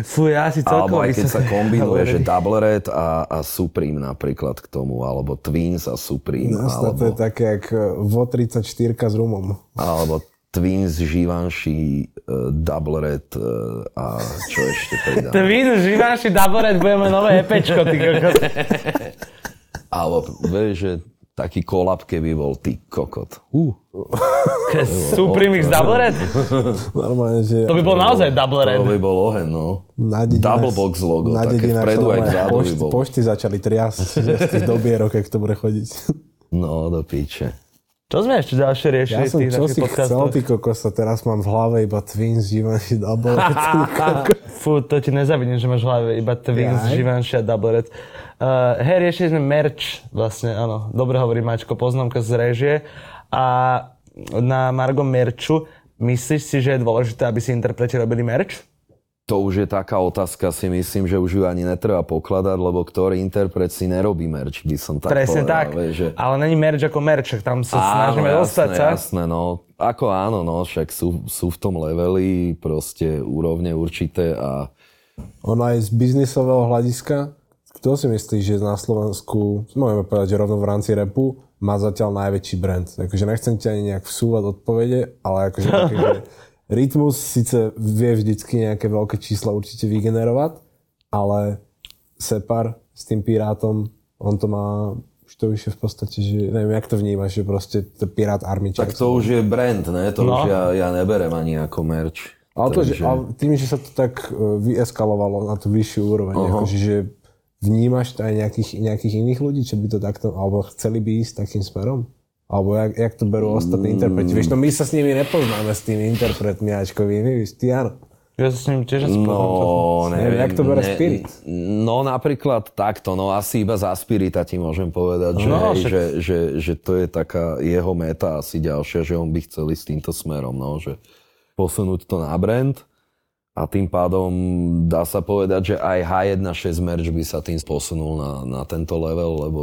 Fú, ja si celkovo
Alebo aj keď
vysoké-
sa kombinuje, že
Dobre.
Double Red a, a Supreme napríklad k tomu, alebo Twins a Supreme,
Jasné, to je
alebo,
také jak e, vo 34 s rumom.
alebo Twins, Givenchy, uh, Double Red uh, a čo ešte pridám.
Twin, Živáši, Daboret, budeme nové epečko, ty kokos.
Alebo vieš, že taký kolap, keby bol ty kokot. Uh,
Supreme X Daboret?
Normálne, že
To by bol naozaj Double Red.
to by bol oheň, no.
na dedinách,
double box logo,
na
také
dedinách
vpredu
sa
aj
normálne
vzadu by
pošty,
bol.
pošty začali triasť že z tých dobierok, ak to bude chodiť.
No, do piče.
Čo sme ešte ďalšie riešili
Ja som
v tých
čo
našich
si chcel,
podcastoch?
ty kokos, a teraz mám v hlave iba Twins, Givenchy, Double Red, ty kokos.
Fú, to ti nezavidím, že máš v hlave iba Twins,
Jaj.
Givenchy a Double Red. Uh, hej, riešili sme merch, vlastne, áno. Dobre hovorí Mačko, poznámka z režie. A na Margo merču, myslíš si, že je dôležité, aby si interpreti robili merch?
To už je taká otázka, si myslím, že už ju ani netreba pokladať, lebo ktorý interpret si nerobí merch, by som tak
Presne
povedal.
tak.
Vieš, že...
Ale není merch ako merch, tam sa snažíme
jasné,
dostať sa.
Jasné, no. Ako áno, no, však sú, sú v tom leveli proste úrovne určité a
Ono aj z biznisového hľadiska, kto si myslí, že na Slovensku, môžeme povedať, že rovno v rámci repu, má zatiaľ najväčší brand. Takže nechcem ti ani nejak vsúvať odpovede, ale akože také, že Rytmus síce vie vždycky nejaké veľké čísla určite vygenerovať, ale Separ s tým Pirátom, on to má už Štoviš je v podstate, že neviem, jak to vnímaš, že proste to pirát armičák.
Tak to už je brand, ne? To no. už ja, ja neberem ani ako merch.
Ale, to, že, ale tým, že sa to tak e, vyeskalovalo na tú vyššiu úroveň, akože, že vnímaš to aj nejakých, nejakých iných ľudí, čo by to takto, alebo chceli by ísť takým smerom? Alebo jak, jak to berú ostatní interpreti? Vieš, no my sa s nimi nepoznáme, s tými interpretmi ačkovými, víš, ty áno.
Ja sa s ním tiež asi
No,
neviem,
neviem.
jak to bere Spirit?
No napríklad takto, no asi iba za Spirita ti môžem povedať, že,
No,
hej,
však-
že, že, že to je taká jeho meta asi ďalšia, že on by chcel ísť týmto smerom, no, že posunúť to na brand a tým pádom dá sa povedať, že aj H1.6 merch by sa tým posunul na, na tento level, lebo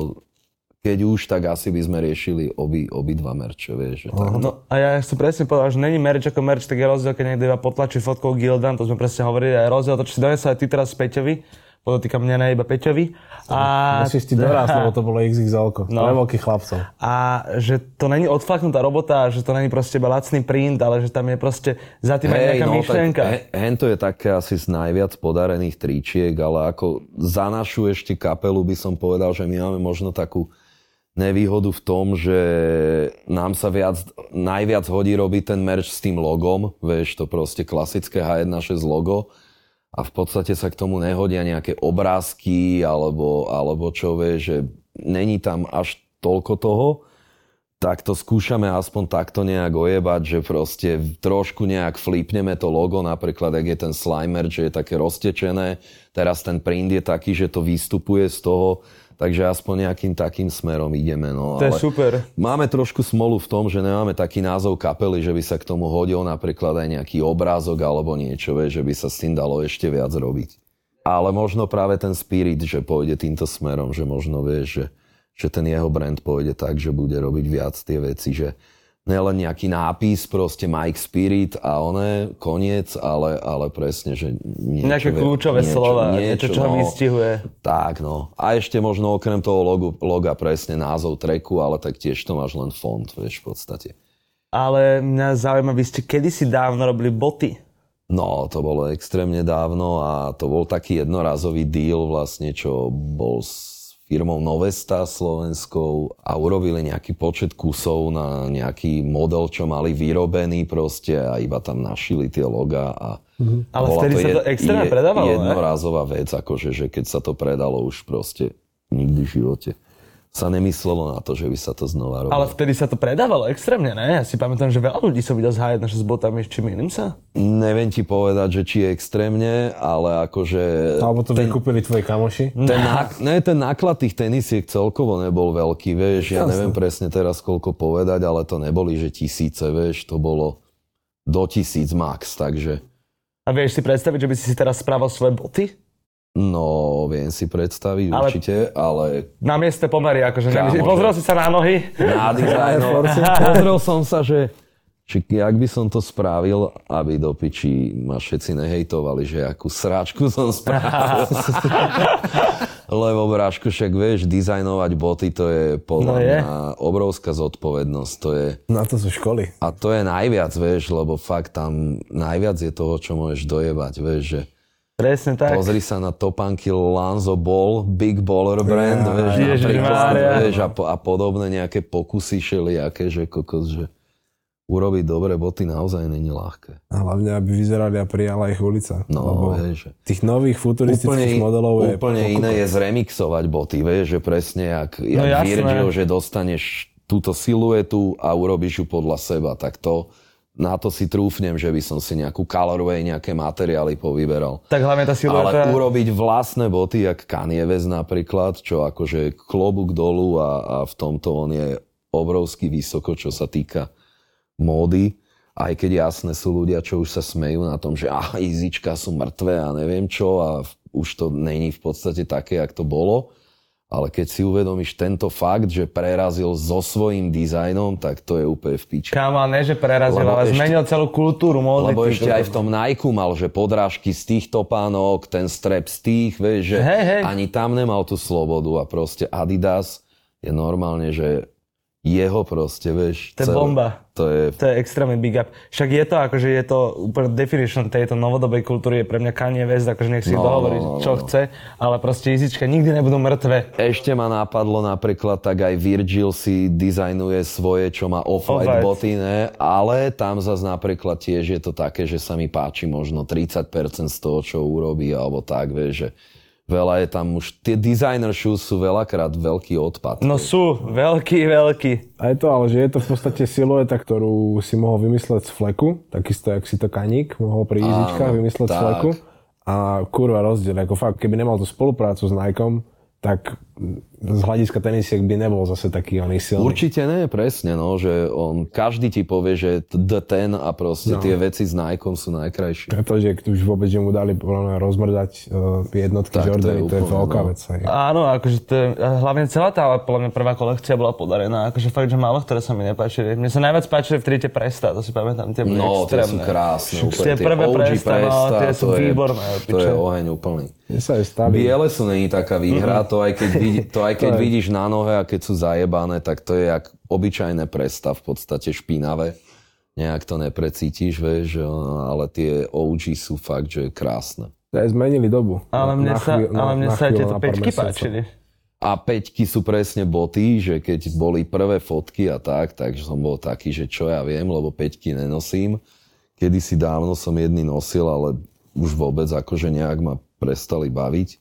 keď už, tak asi by sme riešili obi, obi dva merče, vieš, že tak.
No a ja som presne povedal, že není merch ako merch, tak je rozdiel, keď niekto iba potlačí fotkou Gildan, to sme presne hovorili, a je rozdiel, to čo si donesol aj ty teraz Peťovi, podotýkam mňa ne iba Peťovi. A,
Musíš ti dorásť, lebo to bolo XXL-ko.
No.
No. Veľkých chlapcov.
a že to není odflaknutá robota, že to není proste iba lacný print, ale že tam je proste za tým aj
no,
nejaká myšlienka.
Tak, he- hen to je také asi z najviac podarených tričiek, ale ako za našu ešte kapelu by som povedal, že my máme možno takú nevýhodu v tom, že nám sa viac, najviac hodí robiť ten merch s tým logom, vieš, to proste klasické H1.6 logo a v podstate sa k tomu nehodia nejaké obrázky alebo, alebo čo vie, že není tam až toľko toho tak to skúšame aspoň takto nejak ojebať, že proste trošku nejak flipneme to logo, napríklad ak je ten slimer, že je také roztečené, teraz ten print je taký, že to vystupuje z toho, takže aspoň nejakým takým smerom ideme. No,
To je super.
Máme trošku smolu v tom, že nemáme taký názov kapely, že by sa k tomu hodil napríklad aj nejaký obrázok alebo niečo, vieš, že by sa s tým dalo ešte viac robiť. Ale možno práve ten spirit, že pôjde týmto smerom, že možno vieš, že, že ten jeho brand pôjde tak, že bude robiť viac tie veci, že nielen nejaký nápis, proste Mike Spirit a oné, koniec, ale, ale presne, že niečo,
Nejaké
viac-
kľúčové slova, niečo, čo ho vystihuje.
tak, no. A ešte možno okrem toho logo, loga presne názov treku, ale tak tiež to máš len font, vieš, v podstate.
Ale mňa zaujíma, vy ste kedysi dávno robili boty.
No, to bolo extrémne dávno a to bol taký jednorazový deal vlastne, čo bol s firmou Novesta slovenskou a urobili nejaký počet kusov na nejaký model, čo mali vyrobený proste a iba tam našili tie loga a
Mhm. Ale
bola
vtedy sa to extrémne predávalo, ne?
Jednorazová vec, akože, že keď sa to predalo už proste nikdy v živote sa nemyslelo na to, že by sa to znova robilo.
Ale vtedy sa to predávalo extrémne, ne? Ja si pamätám, že veľa ľudí som videl z H1 s botami, či mýlim sa?
Neviem ti povedať, že či extrémne, ale akože...
Alebo to vykúpili tvoji kamoši.
Ten, ná, ne, ten náklad tých tenisiek celkovo nebol veľký, vieš, ja
Jasné.
neviem presne teraz koľko povedať, ale to neboli, že tisíce, vieš, to bolo do tisíc max, takže
A vieš si predstaviť, že by si si teraz spravil svoje boty?
no, viem si predstaviť ale...
Ale-
určite, ale
Na mieste pomery, akože.
Kámo,
Kámo,
že-
pozrel si sa na nohy.
na dizajn, no, pozrel som sa, že či jak by som to spravil, aby do piči ma všetci nehejtovali, že akú sráčku som spravil. Lebo Brašku, však vieš, dizajnovať boty, to je podľa
No je.
mňa obrovská zodpovednosť. To je,
Na to sú školy.
A to je najviac, vieš, lebo fakt tam najviac je toho, čo môžeš dojebať, vieš, že
Presne tak.
pozri sa na topánky Lanzo Ball, Big Baller brand,
Ja,
vieš,
Ježiš
napríklad,
Mária.
vieš, a, po, a podobné nejaké pokusy šelijaké, že kokos, že urobiť dobré boty naozaj není ľahké.
A hlavne, aby vyzerali a prijala ich ulica.
No,
Lebo
vieš, že
tých nových
úplne,
futuristických modelov je...
úplne
pokúka.
iné je zremixovať boty, vieš, že presne jak, jak
No jasné.
Virgil, že dostaneš túto siluetu a urobíš ju podľa seba, tak to na to si trúfnem, že by som si nejakú colorway, nejaké materiály povyberal.
Tak hlavne tá silueta.
Ale urobiť vlastné boty, jak Kanye West napríklad, čo akože klobúk dolu a, a v tomto on je obrovský vysoko, čo sa týka módy. Aj keď jasné sú ľudia, čo už sa smejú na tom, že ah, izička sú mŕtve a neviem čo a v- už to není v podstate také, jak to bolo. Ale keď si uvedomíš tento fakt, že prerazil so svojím dizajnom, tak to je úplne v piči.
Kámo, ale ne, že prerazil,
Lebo
ale
ešte-
zmenil celú kultúru módy.
Lebo
ty
ešte
kokos.
aj v tom Nike mal, že podrážky z tých topánok, ten strep z tých, vieš, že
Hej, hej.
ani tam nemal tú slobodu a proste Adidas je normálne, že jeho proste, vieš.
To je
celé-
bomba.
To je,
To je extrémne big up. Však je to, akože je to úplne definition tejto novodobej kultúry, je pre mňa Kanye West, akože nech si no, dohovorí,
no, no,
čo chce, ale proste izička nikdy nebudú mŕtve.
ešte ma napadlo napríklad, tak aj Virgil si dizajnuje svoje, čo má off-white
Off-white.
boty, ne? ale tam zase napríklad tiež je to také, že sa mi páči možno 30% z toho, čo urobí, alebo tak, vieš, že veľa je tam už, tie designer shoes sú veľakrát veľký odpad.
No sú, veľký, veľký.
A je to, ale že je to v podstate silueta, ktorú si mohol vymysleť z fleku, takisto, jak si to kaník mohol pri izičkách vymysleť z
tak.
fleku. A kurva rozdiel, ako fakt, keby nemal tú spoluprácu s Nikeom, tak z hľadiska tenisiek by nebol zase taký oný silný.
Určite nie, presne, no, že on, každý ti povie, že t- the ten a proste
No.
tie veci s Nikeom sú najkrajšie.
A to, že už vôbec, že mu dali podľa mňa rozmrdať eh, jednotky
Tak, to je
Jordany, to je
úplne,
veľká
no.
vec. Hej.
Áno, akože to, je- a hlavne celá tá, podľa mňa prvá kolekcia bola podarená, akože fakt, že málo ktoré sa mi nepáčili. Mne sa najviac páčili v trite Presta, to si pamätám, tie boli
No, tie sú
extrémne.
krásne,
Tie
úplne, tie
prvé
OG
Presta, no, tie
Presta,
sú
to je-
výborné,
to
piče.
je oheň úplný.
Mne sa aj staví.
Biele sú není taká výhra, to aj keď, vidí, to aj keď vidíš na nohe a keď sú zajebané, tak to je jak obyčajné presta v podstate špinavé. Nejak to neprecítiš, vieš, že- ale tie OG sú fakt, že krásne.
Aj zmenili dobu.
Ale mne sa,
chvíľu-
ale mne sa aj
chvíľu,
tieto
na pár
peťky
mesiacov.
páčili.
A peťky sú presne boty, že keď boli prvé fotky a tak, takže som bol taký, že čo ja viem, lebo peťky nenosím. Kedysi dávno som jedny nosil, ale už vôbec akože nejak ma prestali baviť.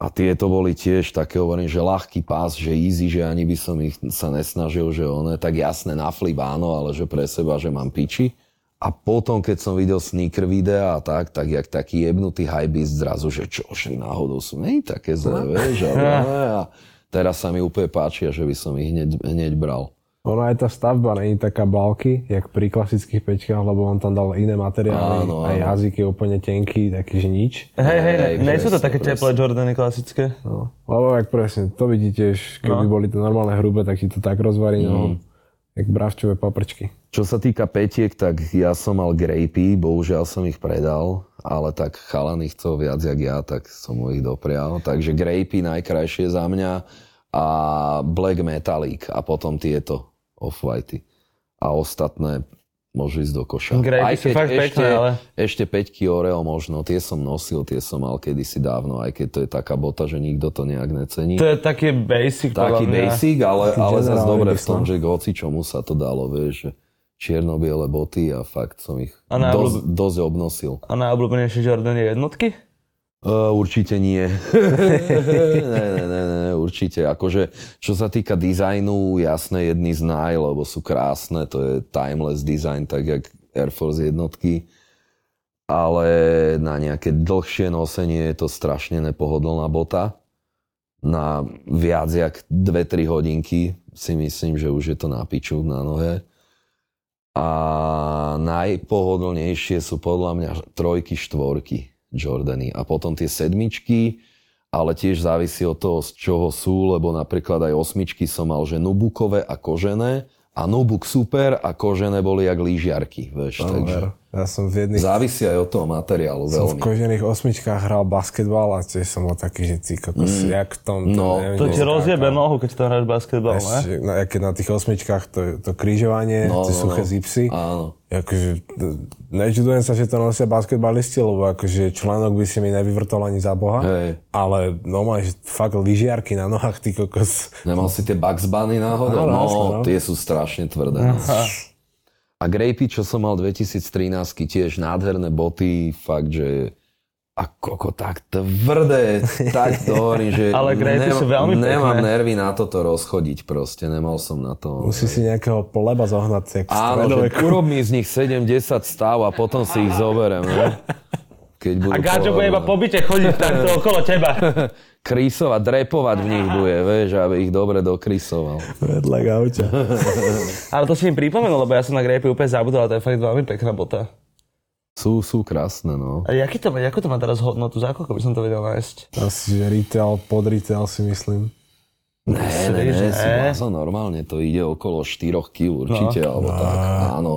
A tieto boli tiež také, hovorím, že ľahký pás, že easy, že ani by som ich sa nesnažil, že one, tak jasné, na flip áno, ale že pre seba, že mám piči. A potom, keď som videl sneaker videa a tak, tak jak taký jebnutý hypebeast zrazu, že čo, že náhodou sú nej také zlé, vieš, ale ne, a teraz sa mi úplne páčia, že by som ich hneď, hneď bral.
Ono aj tá stavba není taká balky, jak pri klasických peťkách, lebo on tam dal iné materiály
Áno,
a
áno.
jazyk je úplne tenký, taký, že nič.
Hej, hej,
Hej,
ne, nie sú to
presne,
také
presne.
teplé Jordany klasické.
No. Lebo jak presne, to vidíte, že keby boli to normálne hrubé, tak ti to tak rozvarí,
Mm.
no, jak bravčové paprčky.
Čo sa týka petiek, tak ja som mal grejpy, bohužiaľ som ich predal, ale tak chalani chcel viac jak ja, tak som mu ich doprial. Takže grejpy najkrajšie za mňa a black metallic a potom tieto off-whitey. A ostatné môžu ísť do koša.
Grejpy sú fakt pekné,
ešte,
ale-
ešte peťky Oreo možno, tie som nosil, tie som mal kedysi dávno, aj keď to je taká bota, že nikto to nejak necení.
To je taký basic, podľa
Taký
mňa.
basic, ale,
Taký
ale zase
generálny
dobre
by
v tom,
som.
že k hoci čomu sa to dalo, vieš, že čierno-biele boty a fakt som ich
A na
dosť,
obľúb-
dosť obnosil.
A najobľúbenejšie Jordan je jednotky?
Uh, určite nie. ne, ne, ne, ne, určite. Akože, čo sa týka dizajnu, jasné, jedny z naj, lebo sú krásne, to je timeless design, tak jak Air Force jednotky. Ale na nejaké dlhšie nosenie je to strašne nepohodlná bota. Na viac jak 2-3 hodinky si myslím, že už je to na piču na nohe. A najpohodlnejšie sú podľa mňa trojky, štvorky Jordany. A potom tie sedmičky, ale tiež závisí od toho, z čoho sú, lebo napríklad aj osmičky som mal, že nubukové a kožené. A nubuk super a kožené boli jak lyžiarky, vieš, takže
Ja som v jedných
závisí aj od toho materiálu
som v
veľmi.
kožených osmičkách hral basketbal a tiež som bol taký, že ty kokos, mm. jak v tom, to,
No,
neviem,
To
kde
ti
skákal.
rozjebe nohu, keď to hráš basketbal, ne?
Ešte, no, ja keď na tých osmičkách to, to križovanie,
No,
no, tie
no,
suché
no.
zipsy,
Áno.
Akože, t- nečudujem sa, že to nosia basketbalisti, lebo akože článok by si mi nevyvrtol ani za boha.
Hej.
Ale no máš fakt lyžiarky na nohách, ty kokos.
Nemal si tie Bugs Bunny náhodou?
Áno,
No,
jasné, no.
tie sú strašne tvrdé. no. A Grapey, čo som mal 2013, tiež nádherné boty, fakt, že a koko, tak tvrdé, tak to hovorím, že
Ale Grapey sú veľmi pekné.
nemám nervy na toto rozchodiť proste, nemal som na to.
Musíš si nejakého pleba zohnať, jak v
Áno, že
stredoveku.
urob mi z nich 7-10 stav a potom si ich zoberiem, ne? Keď budú
A Gadžo bude
pohodlné.
iba po byte chodiť takto okolo teba.
Krysovať, drepovať v nich bude, vieš, aby ich dobre dokrysoval.
Vedľa gauča.
Ale to si mi pripomenul, lebo ja som na grejpy úplne zabudol, a to je fakt veľmi pekná bota.
Sú, sú krásne, no.
A jaký to, má- jakú to má teraz hodnotu, za koľko by som to vedel nájsť?
Asi, že retail, pod retail si myslím.
Ne, ne,
Myslíš,
ne,
že-
si blázon, normálne to ide okolo 4 kg určite, alebo tak, áno.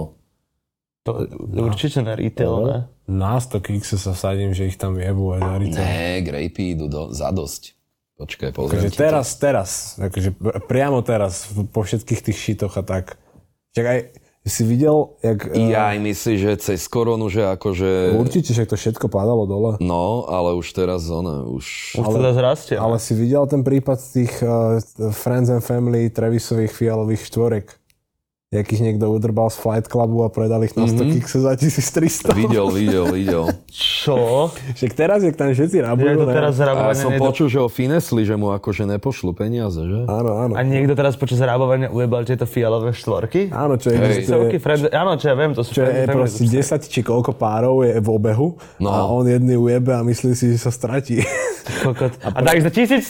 To, určite na retail, ne?
Na 100 kikse sa vsadím, že ich tam jebu aj za retail.
Ne, grejpy idú do, za dosť. Počkaj, pozriem
Akože
ti to.
teraz, teraz, akože pr- priamo teraz, v- po všetkých tých šitoch a tak. Čak aj si videl, jak... e,
Ja aj myslím, že cez koronu, že akože...
Určite, že to všetko padalo dole.
No, ale už teraz ona, už...
Už teda zrastie.
Ale si videl ten prípad tých uh, Friends and Family Travisových fialových štvorek? Jak ich niekto udrbal z Flight Clubu a predal ich na
Mhm.
100 mm-hmm. kikse za 1300.
Videl, videl, videl.
Čo?
Však teraz, jak tam
Že je
všetci rabujú,
to
ne?
teraz
A ja
zrábovanie
som
nejde-
počul, že ho finesli, že mu akože nepošlu peniaze, že?
Áno, áno.
A niekto teraz počas rábovania ujebal tieto fialové štvorky?
Áno, čo
Hej.
Sovky,
existuje...
friend, áno, čo ja viem, to sú
Čo je E
friend- friend-
proste 10 či koľko párov je v obehu
No.
no. a on jedný ujebe a myslí si, že sa stratí.
kokot. A tak za 1300,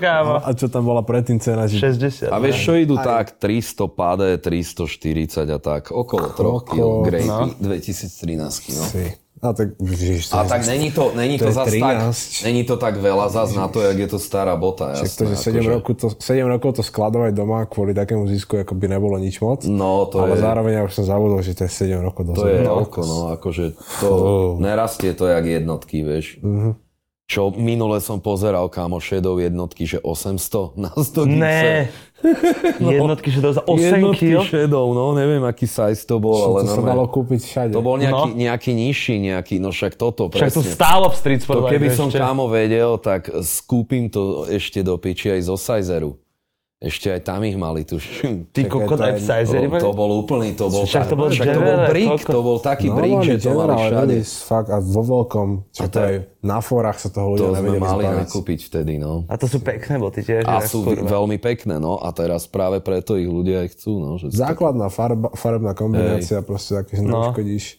kámo.
a čo tam bola predtým cena, že
60.
A vieš, čo idú tak? 300 pade, 340 a tak. Okolo 3 kg.
no.
Grapey, 2013 kg.
si. A tak, ježiš,
A tak není to, není to,
To je
zas tak,
13.
není to tak veľa zas na to, jak je to stará bota, jasné.
to, že 7,
akože-
roku to, 7 rokov to skladovať doma kvôli takému zisku, ako by nebolo nič moc.
No, to
ale
je,
zároveň ja už som zabudol, že to je 7 rokov
to je
dozadu.
toľko, no, akože to nerastie to jak jednotky, vieš.
Mhm.
Čo minule som pozeral, kámo, šedov jednotky, že 800 na 100
Ne.
no
Jednotky, že to za 8
Jednotky
kg.
šedov, no, neviem, aký size to bol, ale
To sa dalo
normálne.
kúpiť všade.
To bol
No.
nejaký, nejaký nižší, nejaký, no však toto,
Však to
presne.
stálo v street sport.
To
bike,
keby
vieš,
som
čo?
kámo vedel, tak skúpim to ešte do piči aj zo Sizeru. Ešte aj tam ich mali, tuším.
Ty kokot
to
aj v
je-
To,
Sizery,
to bol úplný, to bol,
Však to bol
však to bol
General,
brick,
koľko-
to bol taký
No,
brick,
mali
že to mali
General
všade.
Release, fakt, a vo veľkom. Čo to
to
aj na fórach sa
To
toho ľudia
sme
nevedeli
mali
zbaviť.
nakúpiť vtedy, no.
A to sú pekné boty tiež.
A
že?
sú
Kurva.
veľmi pekné, no. A teraz práve preto ich ľudia aj chcú, no. Že
Základná farba, farebná kombinácia, proste také, že
No.
neuškodíš.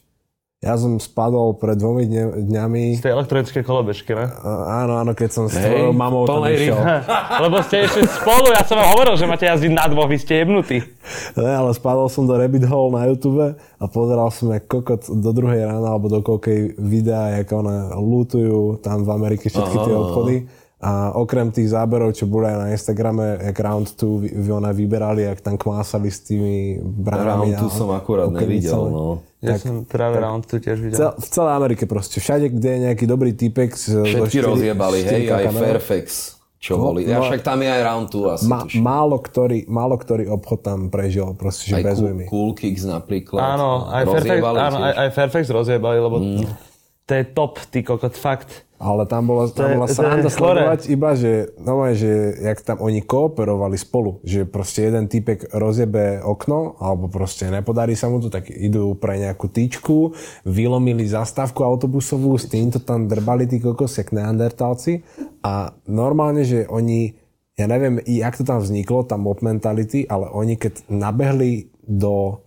Ja som spadol pred dvomi dne, dňami.
Z tej elektronické kolobežky, ne?
A- Áno, áno, keď som s tvojou mamou tam
plnej
išiel.
Lebo ste ešte spolu, ja som vám hovoril, že máte jazdiť na dvoch, vy ste jebnutí.
Ne, ale spadol som do rabbit hole na YouTube a pozeral som, jak kokot do druhej rána alebo do koľkej videá, jak ona lutujú tam v Amerike všetky tie obchody. A okrem tých záberov, čo boli aj na Instagrame, jak Round 2 vy- vy- ona vyberali, jak tam kvásali s tými
Round
bránami.
two
a-
som akurát
okrivicami.
nevidel, no.
Ja
Tak-
som práve round tu tiež videl.
Cel, v celej Amerike proste, všade, kde je nejaký dobrý typek. s- so
Všetky
štyri-
rozjebali, hej,
štyrka
aj
kamerou.
Fairfax, čo boli. A
no.
však tam je aj round 2 asi,
Ma,
tuším.
málo, ktorý, málo ktorý obchod tam prežil, proste, že
Aj
bez
cool,
ujmy.
cool Kicks napríklad. No,
Áno, aj Fairfax,
Rozjebali
áno,
tiež. Mm.
aj, aj Fairfax rozjebali, lebo to je top, ty kokot, fakt.
Ale tam bola,
je-
tam bola
to je
sranda
chore.
sledovať iba, že, no že jak tam oni kooperovali spolu, že proste jeden typek rozjebe okno, alebo proste nepodarí sa mu to, tak idú pre nejakú tyčku, vylomili zastávku autobusovú, s týmto tam drbali tí kokos, jak neandertálci a normálne, že oni, ja neviem, i jak to tam vzniklo, tá mob mentality, ale oni keď nabehli do,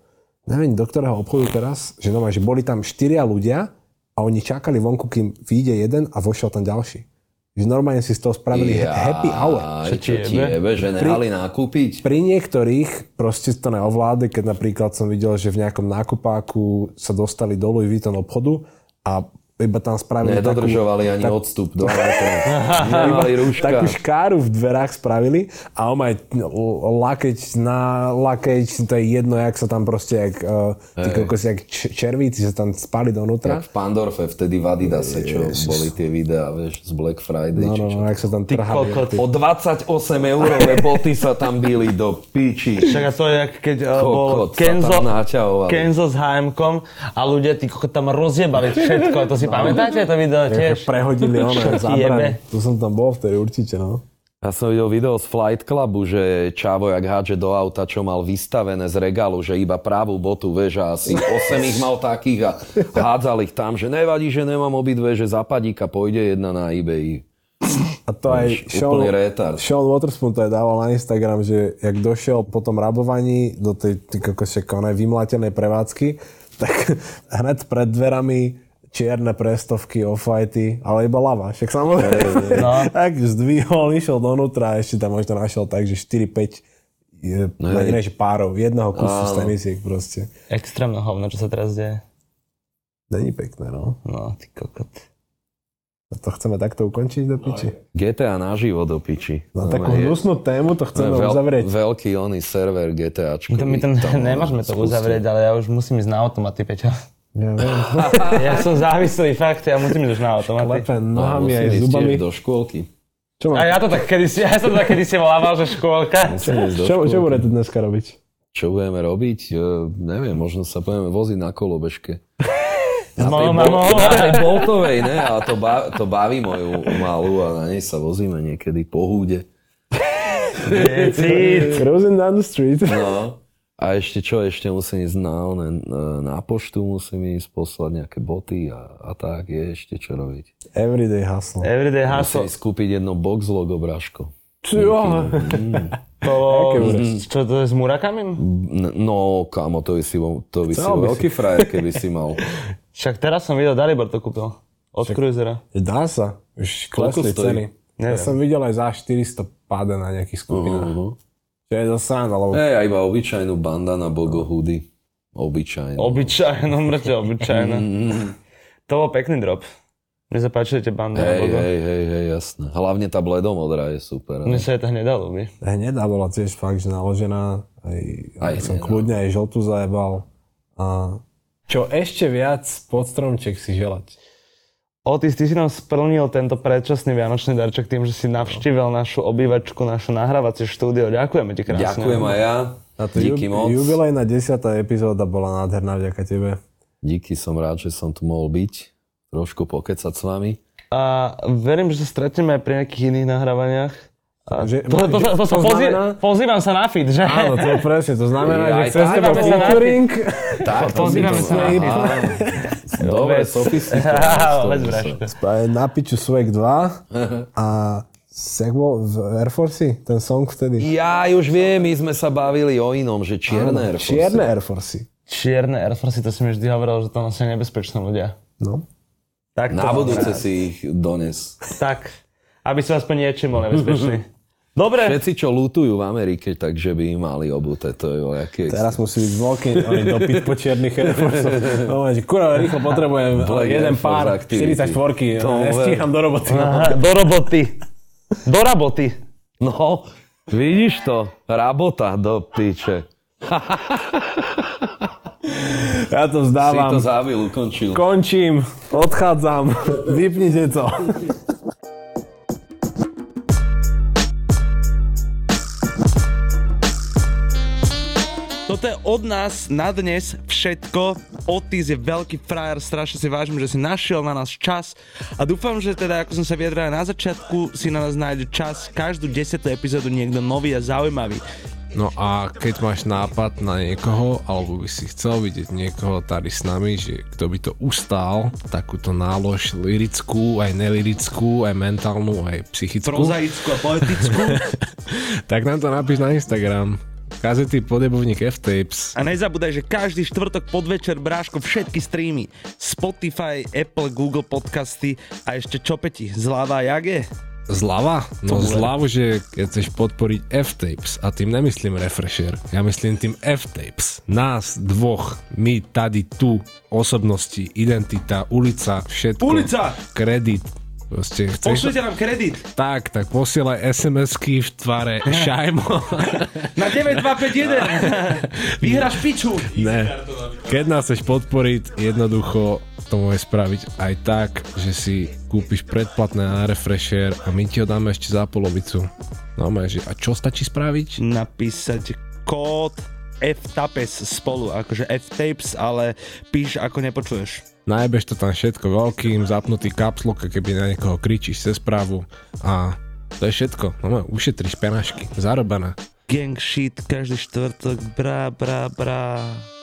neviem, do ktorého obchodu teraz, že normálne, že boli tam štyria ľudia, a oni čakali vonku, kým vyjde jeden a vošiel tam ďalší. Že normálne si z toho spravili ja. happy hour.
Aj, čo ti jebe, že nehali nakúpiť?
Pri niektorých proste to neovláde, keď napríklad som videl, že v nejakom nákupáku sa dostali dolu i výton obchodu a iba tam spravili takú,
Nedodržovali ani odstup do metra. Nemali rúška.
takú škáru v dverách spravili a on aj lakeč na lakeč, to je jedno, jak sa tam proste, jak, uh, ty kokos, jak č- červíci sa tam spali donútra.
Jak v Pandorfe, vtedy v Adidase, čo boli tie videá, vieš, z Black Friday,
No,
či
no,
čo.
no, jak sa tam trhali.
kokot.
O 28 eurové boty sa tam bili do piči.
Však a to je, jak keď uh, bol
Kokot sa
Kenzo,
tam naťahovali.
Kenzo s hm a ľudia ty kokot tam rozjebali všetko. To si
No.
pamätáte to video
Také
tiež?
prehodili
Čo
ono,
ti jebe?
zábran. To som tam bol vtedy určite, no.
Ja som videl video z Flight Clubu, že Čavo jak hádže do auta, čo mal vystavené z regálu, že iba pravú botu, vieš, a asi 8 ich mal takých a hádzal ich tam, že nevadí, že nemám obidve, že za padíka pôjde jedna na eBay.
A to aj Sean,
úplný retard.
Sean Waterspoon to aj dával na Instagram, že jak došiel po tom rabovaní do tej, ty kokos, však onej vymlátenej prevádzky, tak hned pred dverami čierne prestovky, off-whitey, ale iba lava, však samozrejme.
No.
tak zdvihol, išiel donútra a ešte tam možno našiel tak, že 4-5 je, no,
Hej.
že párov, jedného kusu z tenisiek proste.
Extrémne hovno, čo sa teraz deje.
Není pekné, no.
No, ty kokot.
A to chceme takto ukončiť do piči.
GTA naživo do piči.
Na takú
je-
hnusnú tému to
No,
chceme uzavrieť.
Veľký oný server GTAčko.
My to, my to nemôžeme to uzavrieť, ale ja už musím ísť na automaty, Peťo.
Ja viem.
No,
Ja som závislý, fakt, ja musím ísť už na automaty.
Klepe nohami aj zubami.
do škôlky.
Čo, má,
A ja to tak kedysi, ja som to tak kedysi volával, že škôlka.
Musíme ísť do
čo, čo
škôlky.
budete dneska robiť?
Čo budeme robiť? E, neviem, možno sa budeme voziť na kolobežke.
S
No,
mojou
tej
mamou.
bol- na tej boltovej, ne? A to, ba- to baví moju malú a na nej sa vozíme niekedy po húde.
Cruising down the street.
No. A ešte čo, ešte musím ísť na, one, e, na poštu, musím ísť poslať nejaké boty a, a tak, je ešte čo robiť.
Everyday hustle.
Everyday
Musím
hustle.
ísť kúpiť jedno box logo Braško.
Čo?
To, čo to je s Murakamim?
N- No, kamo, to by si, vo- to by si
Chcel by si.
veľký frajer, keby si mal.
Však teraz som videl, Dalibor to kúpil. Od Cruisera.
Dá sa. Už
Koľko
klesli
stojí?
ceny. Ja som videl aj za 400 páda na nejakých
No,
skupinách.
Uh-huh.
Čo je dosť sranda, lebo
Hej, a iba obyčajnú bandana Bogo hudy. Obyčajnú. Mm,
Obyčajno, no, mŕte obyčajno.
Mm.
To bol pekný drop. Mne sa páčili tie bandy.
hej,
logo.
hej, hej, hej, jasné. Hlavne tá bledomodrá je super.
No,
Mne
Ne?
sa je to hnedá ľúbi.
hnedá bola tiež fakt, že naložená. Aj,
Aj
aj som
hnedá.
kľudne aj žltú zajebal. A čo ešte viac pod stromček si želať?
Otis, ty si nám splnil tento predčasný vianočný darček tým, že si
No.
navštívil našu obývačku, naše nahrávacie štúdio. Ďakujeme ti krásne.
Ďakujem aj ja.
A to
Díky
ju-
moc.
Jubilejná 10. epizóda bola nádherná vďaka tebe.
Díky, som rád, že som tu mohol byť. Trošku pokecať s vami.
A verím, že sa stretneme aj pri nejakých iných nahrávaniach. A
Že-
No,
to, to, to, to, sa
to
pozý,
znamená-
pozývam sa na fit, že?
Áno, to je presne, to znamená,
Ja
že
aj
chceš s
tak
tebou
máme sa na-
featuring.
Tak,
to pozývame
si
sa na
Á, Dobre,
Vec.
sofistikované.
Á,
to
veď
sa-
vraž to.
Spa- Na piču Swag 2 a s- jak bol v Air Force ten song vtedy?
Ja už viem, my sme sa bavili o inom, že čierne Air Force.
Čierne Air Force.
Čierne Air Force, to si mi vždy hovoril, že to nosia nebezpečné ľudia.
No.
Tak to
Na
mám
budúce
rád.
si ich dones.
Tak, aby sa aspoň niečím bol nebezpečný. Dobre,
Všetci, čo lutujú v Amerike, takže by im mali obuté. To je nejaké...
Teraz musí byť veľký, oni dopyt po čiernych Air Force. No, že kurva, rýchlo potrebujem
Black
jeden
Air Force
pár,
activity.
44,
To No. ver.
nestíham do roboty.
Aha, do roboty. Do roboty.
No, vidíš to? Rabota do piče.
Ja
Si to
to vzdávam.
zábil, ukončil.
Končím, odchádzam, vypnite to.
Toto je od nás na dnes všetko. Otis je veľký frajer, strašne si vážim, že si našiel na nás čas a dúfam, že teda, ako som sa vyjadral aj na začiatku, si na nás nájde čas každú 10. epizódu niekto nový a zaujímavý.
No a keď máš nápad na niekoho, alebo by si chcel vidieť niekoho tady s nami, že kto by to ustál, takúto nálož lirickú, aj nelirickú, aj mentálnu, aj psychickú,
Prozaickú a poetickú
tak nám to napíš na Instagram. Kazety podebovník F-Tapes.
a nezabúdaj, že každý štvrtok podvečer bráško všetky streamy Spotify, Apple, Google podcasty a ešte čopeti, zľava jak je?
Zľava? No zľavu, že keď chceš podporiť F-Tapes, a tým nemyslím Refresher, ja myslím tým F-Tapes. Nás dvoch, my tady tu, osobnosti, identita, ulica, všetko.
Ulica!
Kredit. Proste chceš...
Pošlite nám kredit
Tak, tak posielaj SMS-ky v tvare šajmo.
na 9251. Vyhráš piču.
ne. Keď nás chceš podporiť, jednoducho to môžeš spraviť aj tak, že si kúpiš predplatné na Refresher a my ti ho dáme ešte za polovicu. No a že a čo stačí spraviť?
napísať kód F-Tapes spolu, akože F-Tapes, ale píš ako nepočuješ.
Najbež to tam všetko veľkým, zapnutý kapslok, keby na niekoho kričíš cez správu a to je všetko. No môj, ušetriš penašky, zarobená.
Gang shit každý štvrtok, brá, brá, brá.